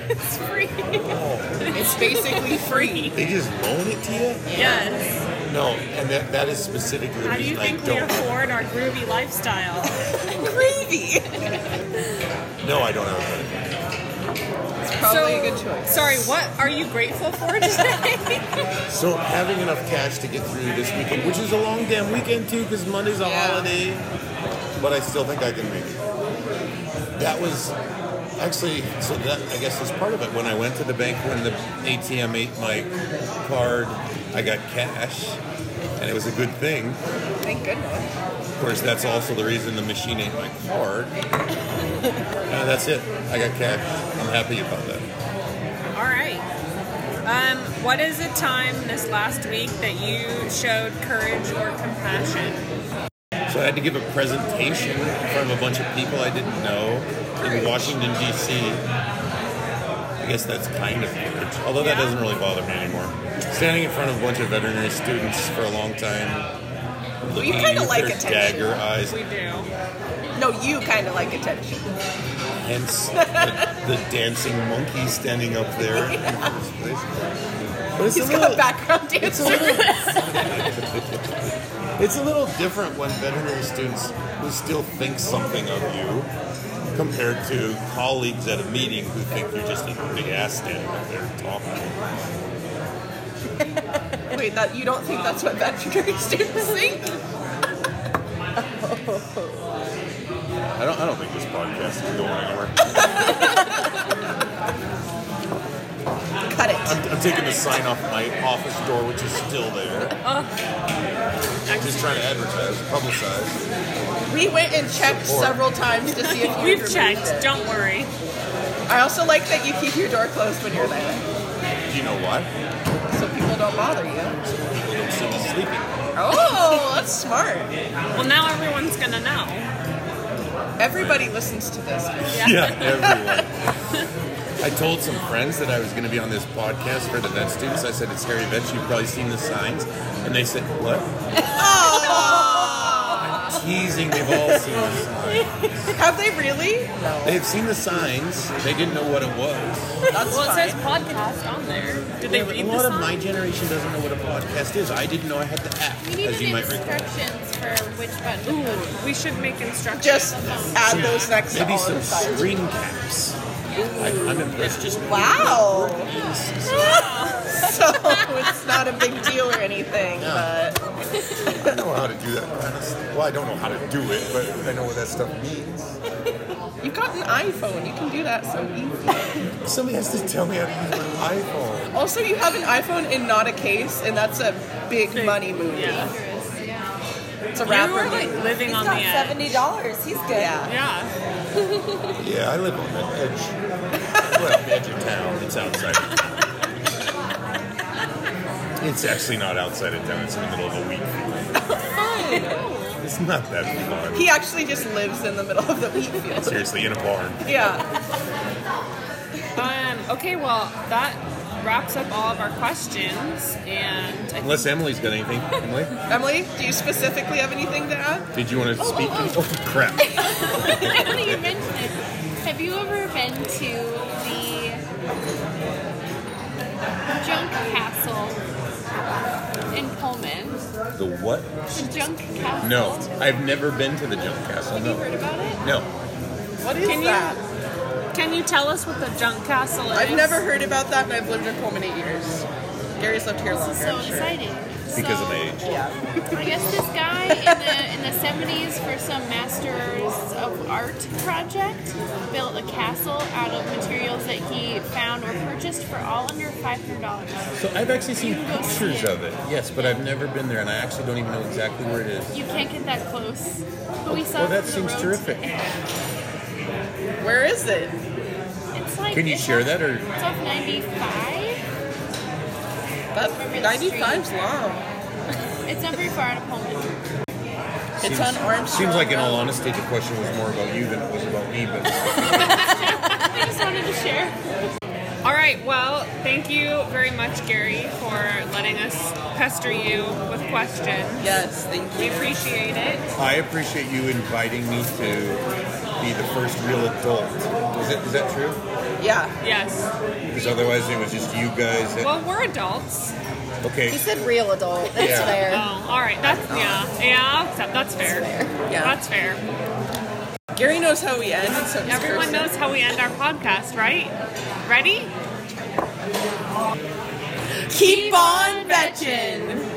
S7: it's free.
S2: It's basically free.
S5: They just loan it to you?
S1: Yes.
S5: No, and that, that is specifically the
S1: How do you
S5: reason I
S1: think we
S5: don't.
S1: afford our groovy lifestyle?
S2: Gravy.
S5: No, I don't have that.
S2: It's probably a good choice.
S1: Sorry, what are you grateful for today?
S5: So having enough cash to get through this weekend, which is a long damn weekend too, because Monday's a
S2: Yeah.
S5: holiday, but I still think I can make it. That was actually so that I guess is part of it. When I went to the bank, when the ATM ate my card, I got cash, and it was a good thing.
S2: Thank goodness.
S5: Of course, that's also the reason the machine ate my card. Uh, that's it. I got cash. I'm happy about that.
S1: All right. Um, what is a time this last week that you showed courage or compassion?
S5: So I had to give a presentation in front of a bunch of people I didn't know in Washington D.C. I guess that's kind of huge, although that
S1: Yeah.
S5: doesn't really bother me anymore. Standing in front of a bunch of veterinary students for a long time, looking at
S2: kinda
S5: you with
S2: like
S5: their
S2: attention.
S5: dagger eyes,
S1: We do.
S2: No, you kind of like attention.
S5: hence the, the dancing monkey standing up there. In the first place. But it's
S2: He's got a background
S5: It's a
S2: dancer.
S5: little. it's a little different when veterinary students who still think something of you compared to colleagues at a meeting who think you're just a big ass standing up there talking.
S2: Wait, that you don't think that's what veterinary students think?
S5: I don't. I don't think this podcast is going anywhere.
S2: Cut it.
S5: I'm, I'm taking the sign off my office door, which is still there. I'm just trying to advertise, publicize.
S2: We went and checked
S5: Support.
S2: several times to see if you.
S1: We've checked.
S2: It.
S1: Don't worry.
S2: I also like that you keep your door closed when you're there,
S5: You know what?
S2: so people don't bother you.
S5: People don't see me sleeping.
S2: Oh, that's smart.
S1: Well, now everyone's gonna know.
S2: Everybody listens to this.
S5: Yeah, everyone. I told some friends that I was going to be on this podcast for the vet students. I said, it's Harry Vets. You've probably seen the signs. And they said,
S1: Oh.
S5: what? I'm teasing. They've all seen the signs.
S2: Have they really?
S5: They've seen the signs. They didn't know what it was.
S2: That's
S1: Well, it
S2: fine.
S1: says podcast on there. Did they
S5: Yeah, but
S1: read
S5: a
S1: the
S5: lot of
S1: sign?
S5: my generation doesn't know what a podcast is. I didn't know I had the app,
S7: We
S5: as
S7: needed
S5: you might recall.
S7: instructions for which button.
S1: Ooh, we should make instructions.
S2: Just add those next to
S5: Maybe
S2: all of
S5: some
S2: the signs.
S5: screen caps. I, I'm impressed. Just
S2: Wow. so it's not a big deal or anything,
S5: Yeah.
S2: but
S5: I know how to do that. honestly. Well, I don't know how to do it, but I know what that stuff means.
S2: you've got an iPhone. You can do that so easy.
S5: Somebody has to tell me how to use my iPhone.
S2: Also, you have an iPhone and not a case, and that's a big money move. It's a
S1: You
S2: rapper
S1: were like
S2: move.
S1: living
S9: He's
S1: on the
S9: got
S1: edge.
S9: seventy dollars. He's good.
S2: Yeah.
S1: Yeah.
S5: Yeah, I live on the edge. Well, the edge of town. It's outside. Of town. It's actually not outside of town. It's in the middle of a wheat field. It's not that fun.
S2: He actually just lives in the middle of the wheat field.
S5: Seriously, in a barn.
S2: Yeah.
S1: Um, okay, well, that wraps up all of our questions. And I
S5: Unless Emily's got anything. Emily,
S2: Emily, do you specifically have anything to add?
S5: did you want to speak?
S7: oh,
S5: oh crap.
S7: I don't think you mentioned it. Have you ever been to the Junk Castle in Pullman?
S5: The what?
S7: The Junk Castle.
S5: No, I've never been to the junk castle.
S7: Have you heard
S5: No,
S7: about it?
S5: no.
S2: What is
S1: Can you-
S2: that?
S1: Can you tell us what the junk castle is?
S2: I've never heard about that, and I've lived in Coleman eight years. Gary's lived here longer.
S7: This is so
S2: I'm sure.
S7: exciting.
S5: Because
S7: so,
S5: of my age.
S2: Yeah.
S7: I guess this guy in the in the seventies for some masters of art project built a castle out of materials that he found or purchased for all under five hundred dollars.
S5: So I've actually seen
S7: You go see
S5: pictures
S7: it.
S5: of it. Yes, but I've never been there, and I actually don't even know exactly where it is.
S7: You can't get that close. But we saw
S5: Well,
S7: it
S5: that
S7: from the
S5: seems
S7: road
S5: terrific.
S7: today.
S2: Where is it?
S7: It's like
S5: Can you
S7: it's
S5: share
S7: off-
S5: that, or-
S7: it's off ninety five?
S2: That
S7: Remember the
S2: 95's long.
S7: It's not very far out of Pullman.
S2: It's on Orange.
S5: Seems like, in all honesty, the question was more about you than it was about me. But
S7: I just wanted to share.
S1: All right. Well, thank you very much, Gary, for letting us pester you with questions.
S2: Yes, thank
S1: We
S2: you.
S1: appreciate it.
S5: I appreciate you inviting me to be the first real adult. Is it? Is that true?
S2: Yeah.
S1: Yes.
S5: Because otherwise, it was just you guys. That,
S1: Well, we're adults.
S5: okay.
S9: He said real adult. That's
S5: Yeah.
S1: Oh,
S9: fair.
S1: all right. That's yeah, yeah. that- That's fair.
S2: Yeah.
S1: That's fair.
S2: Gary knows how we end, so does
S1: Everyone
S2: Kirsten.
S1: knows how we end our podcast, right? Ready?
S2: Keep on fetching.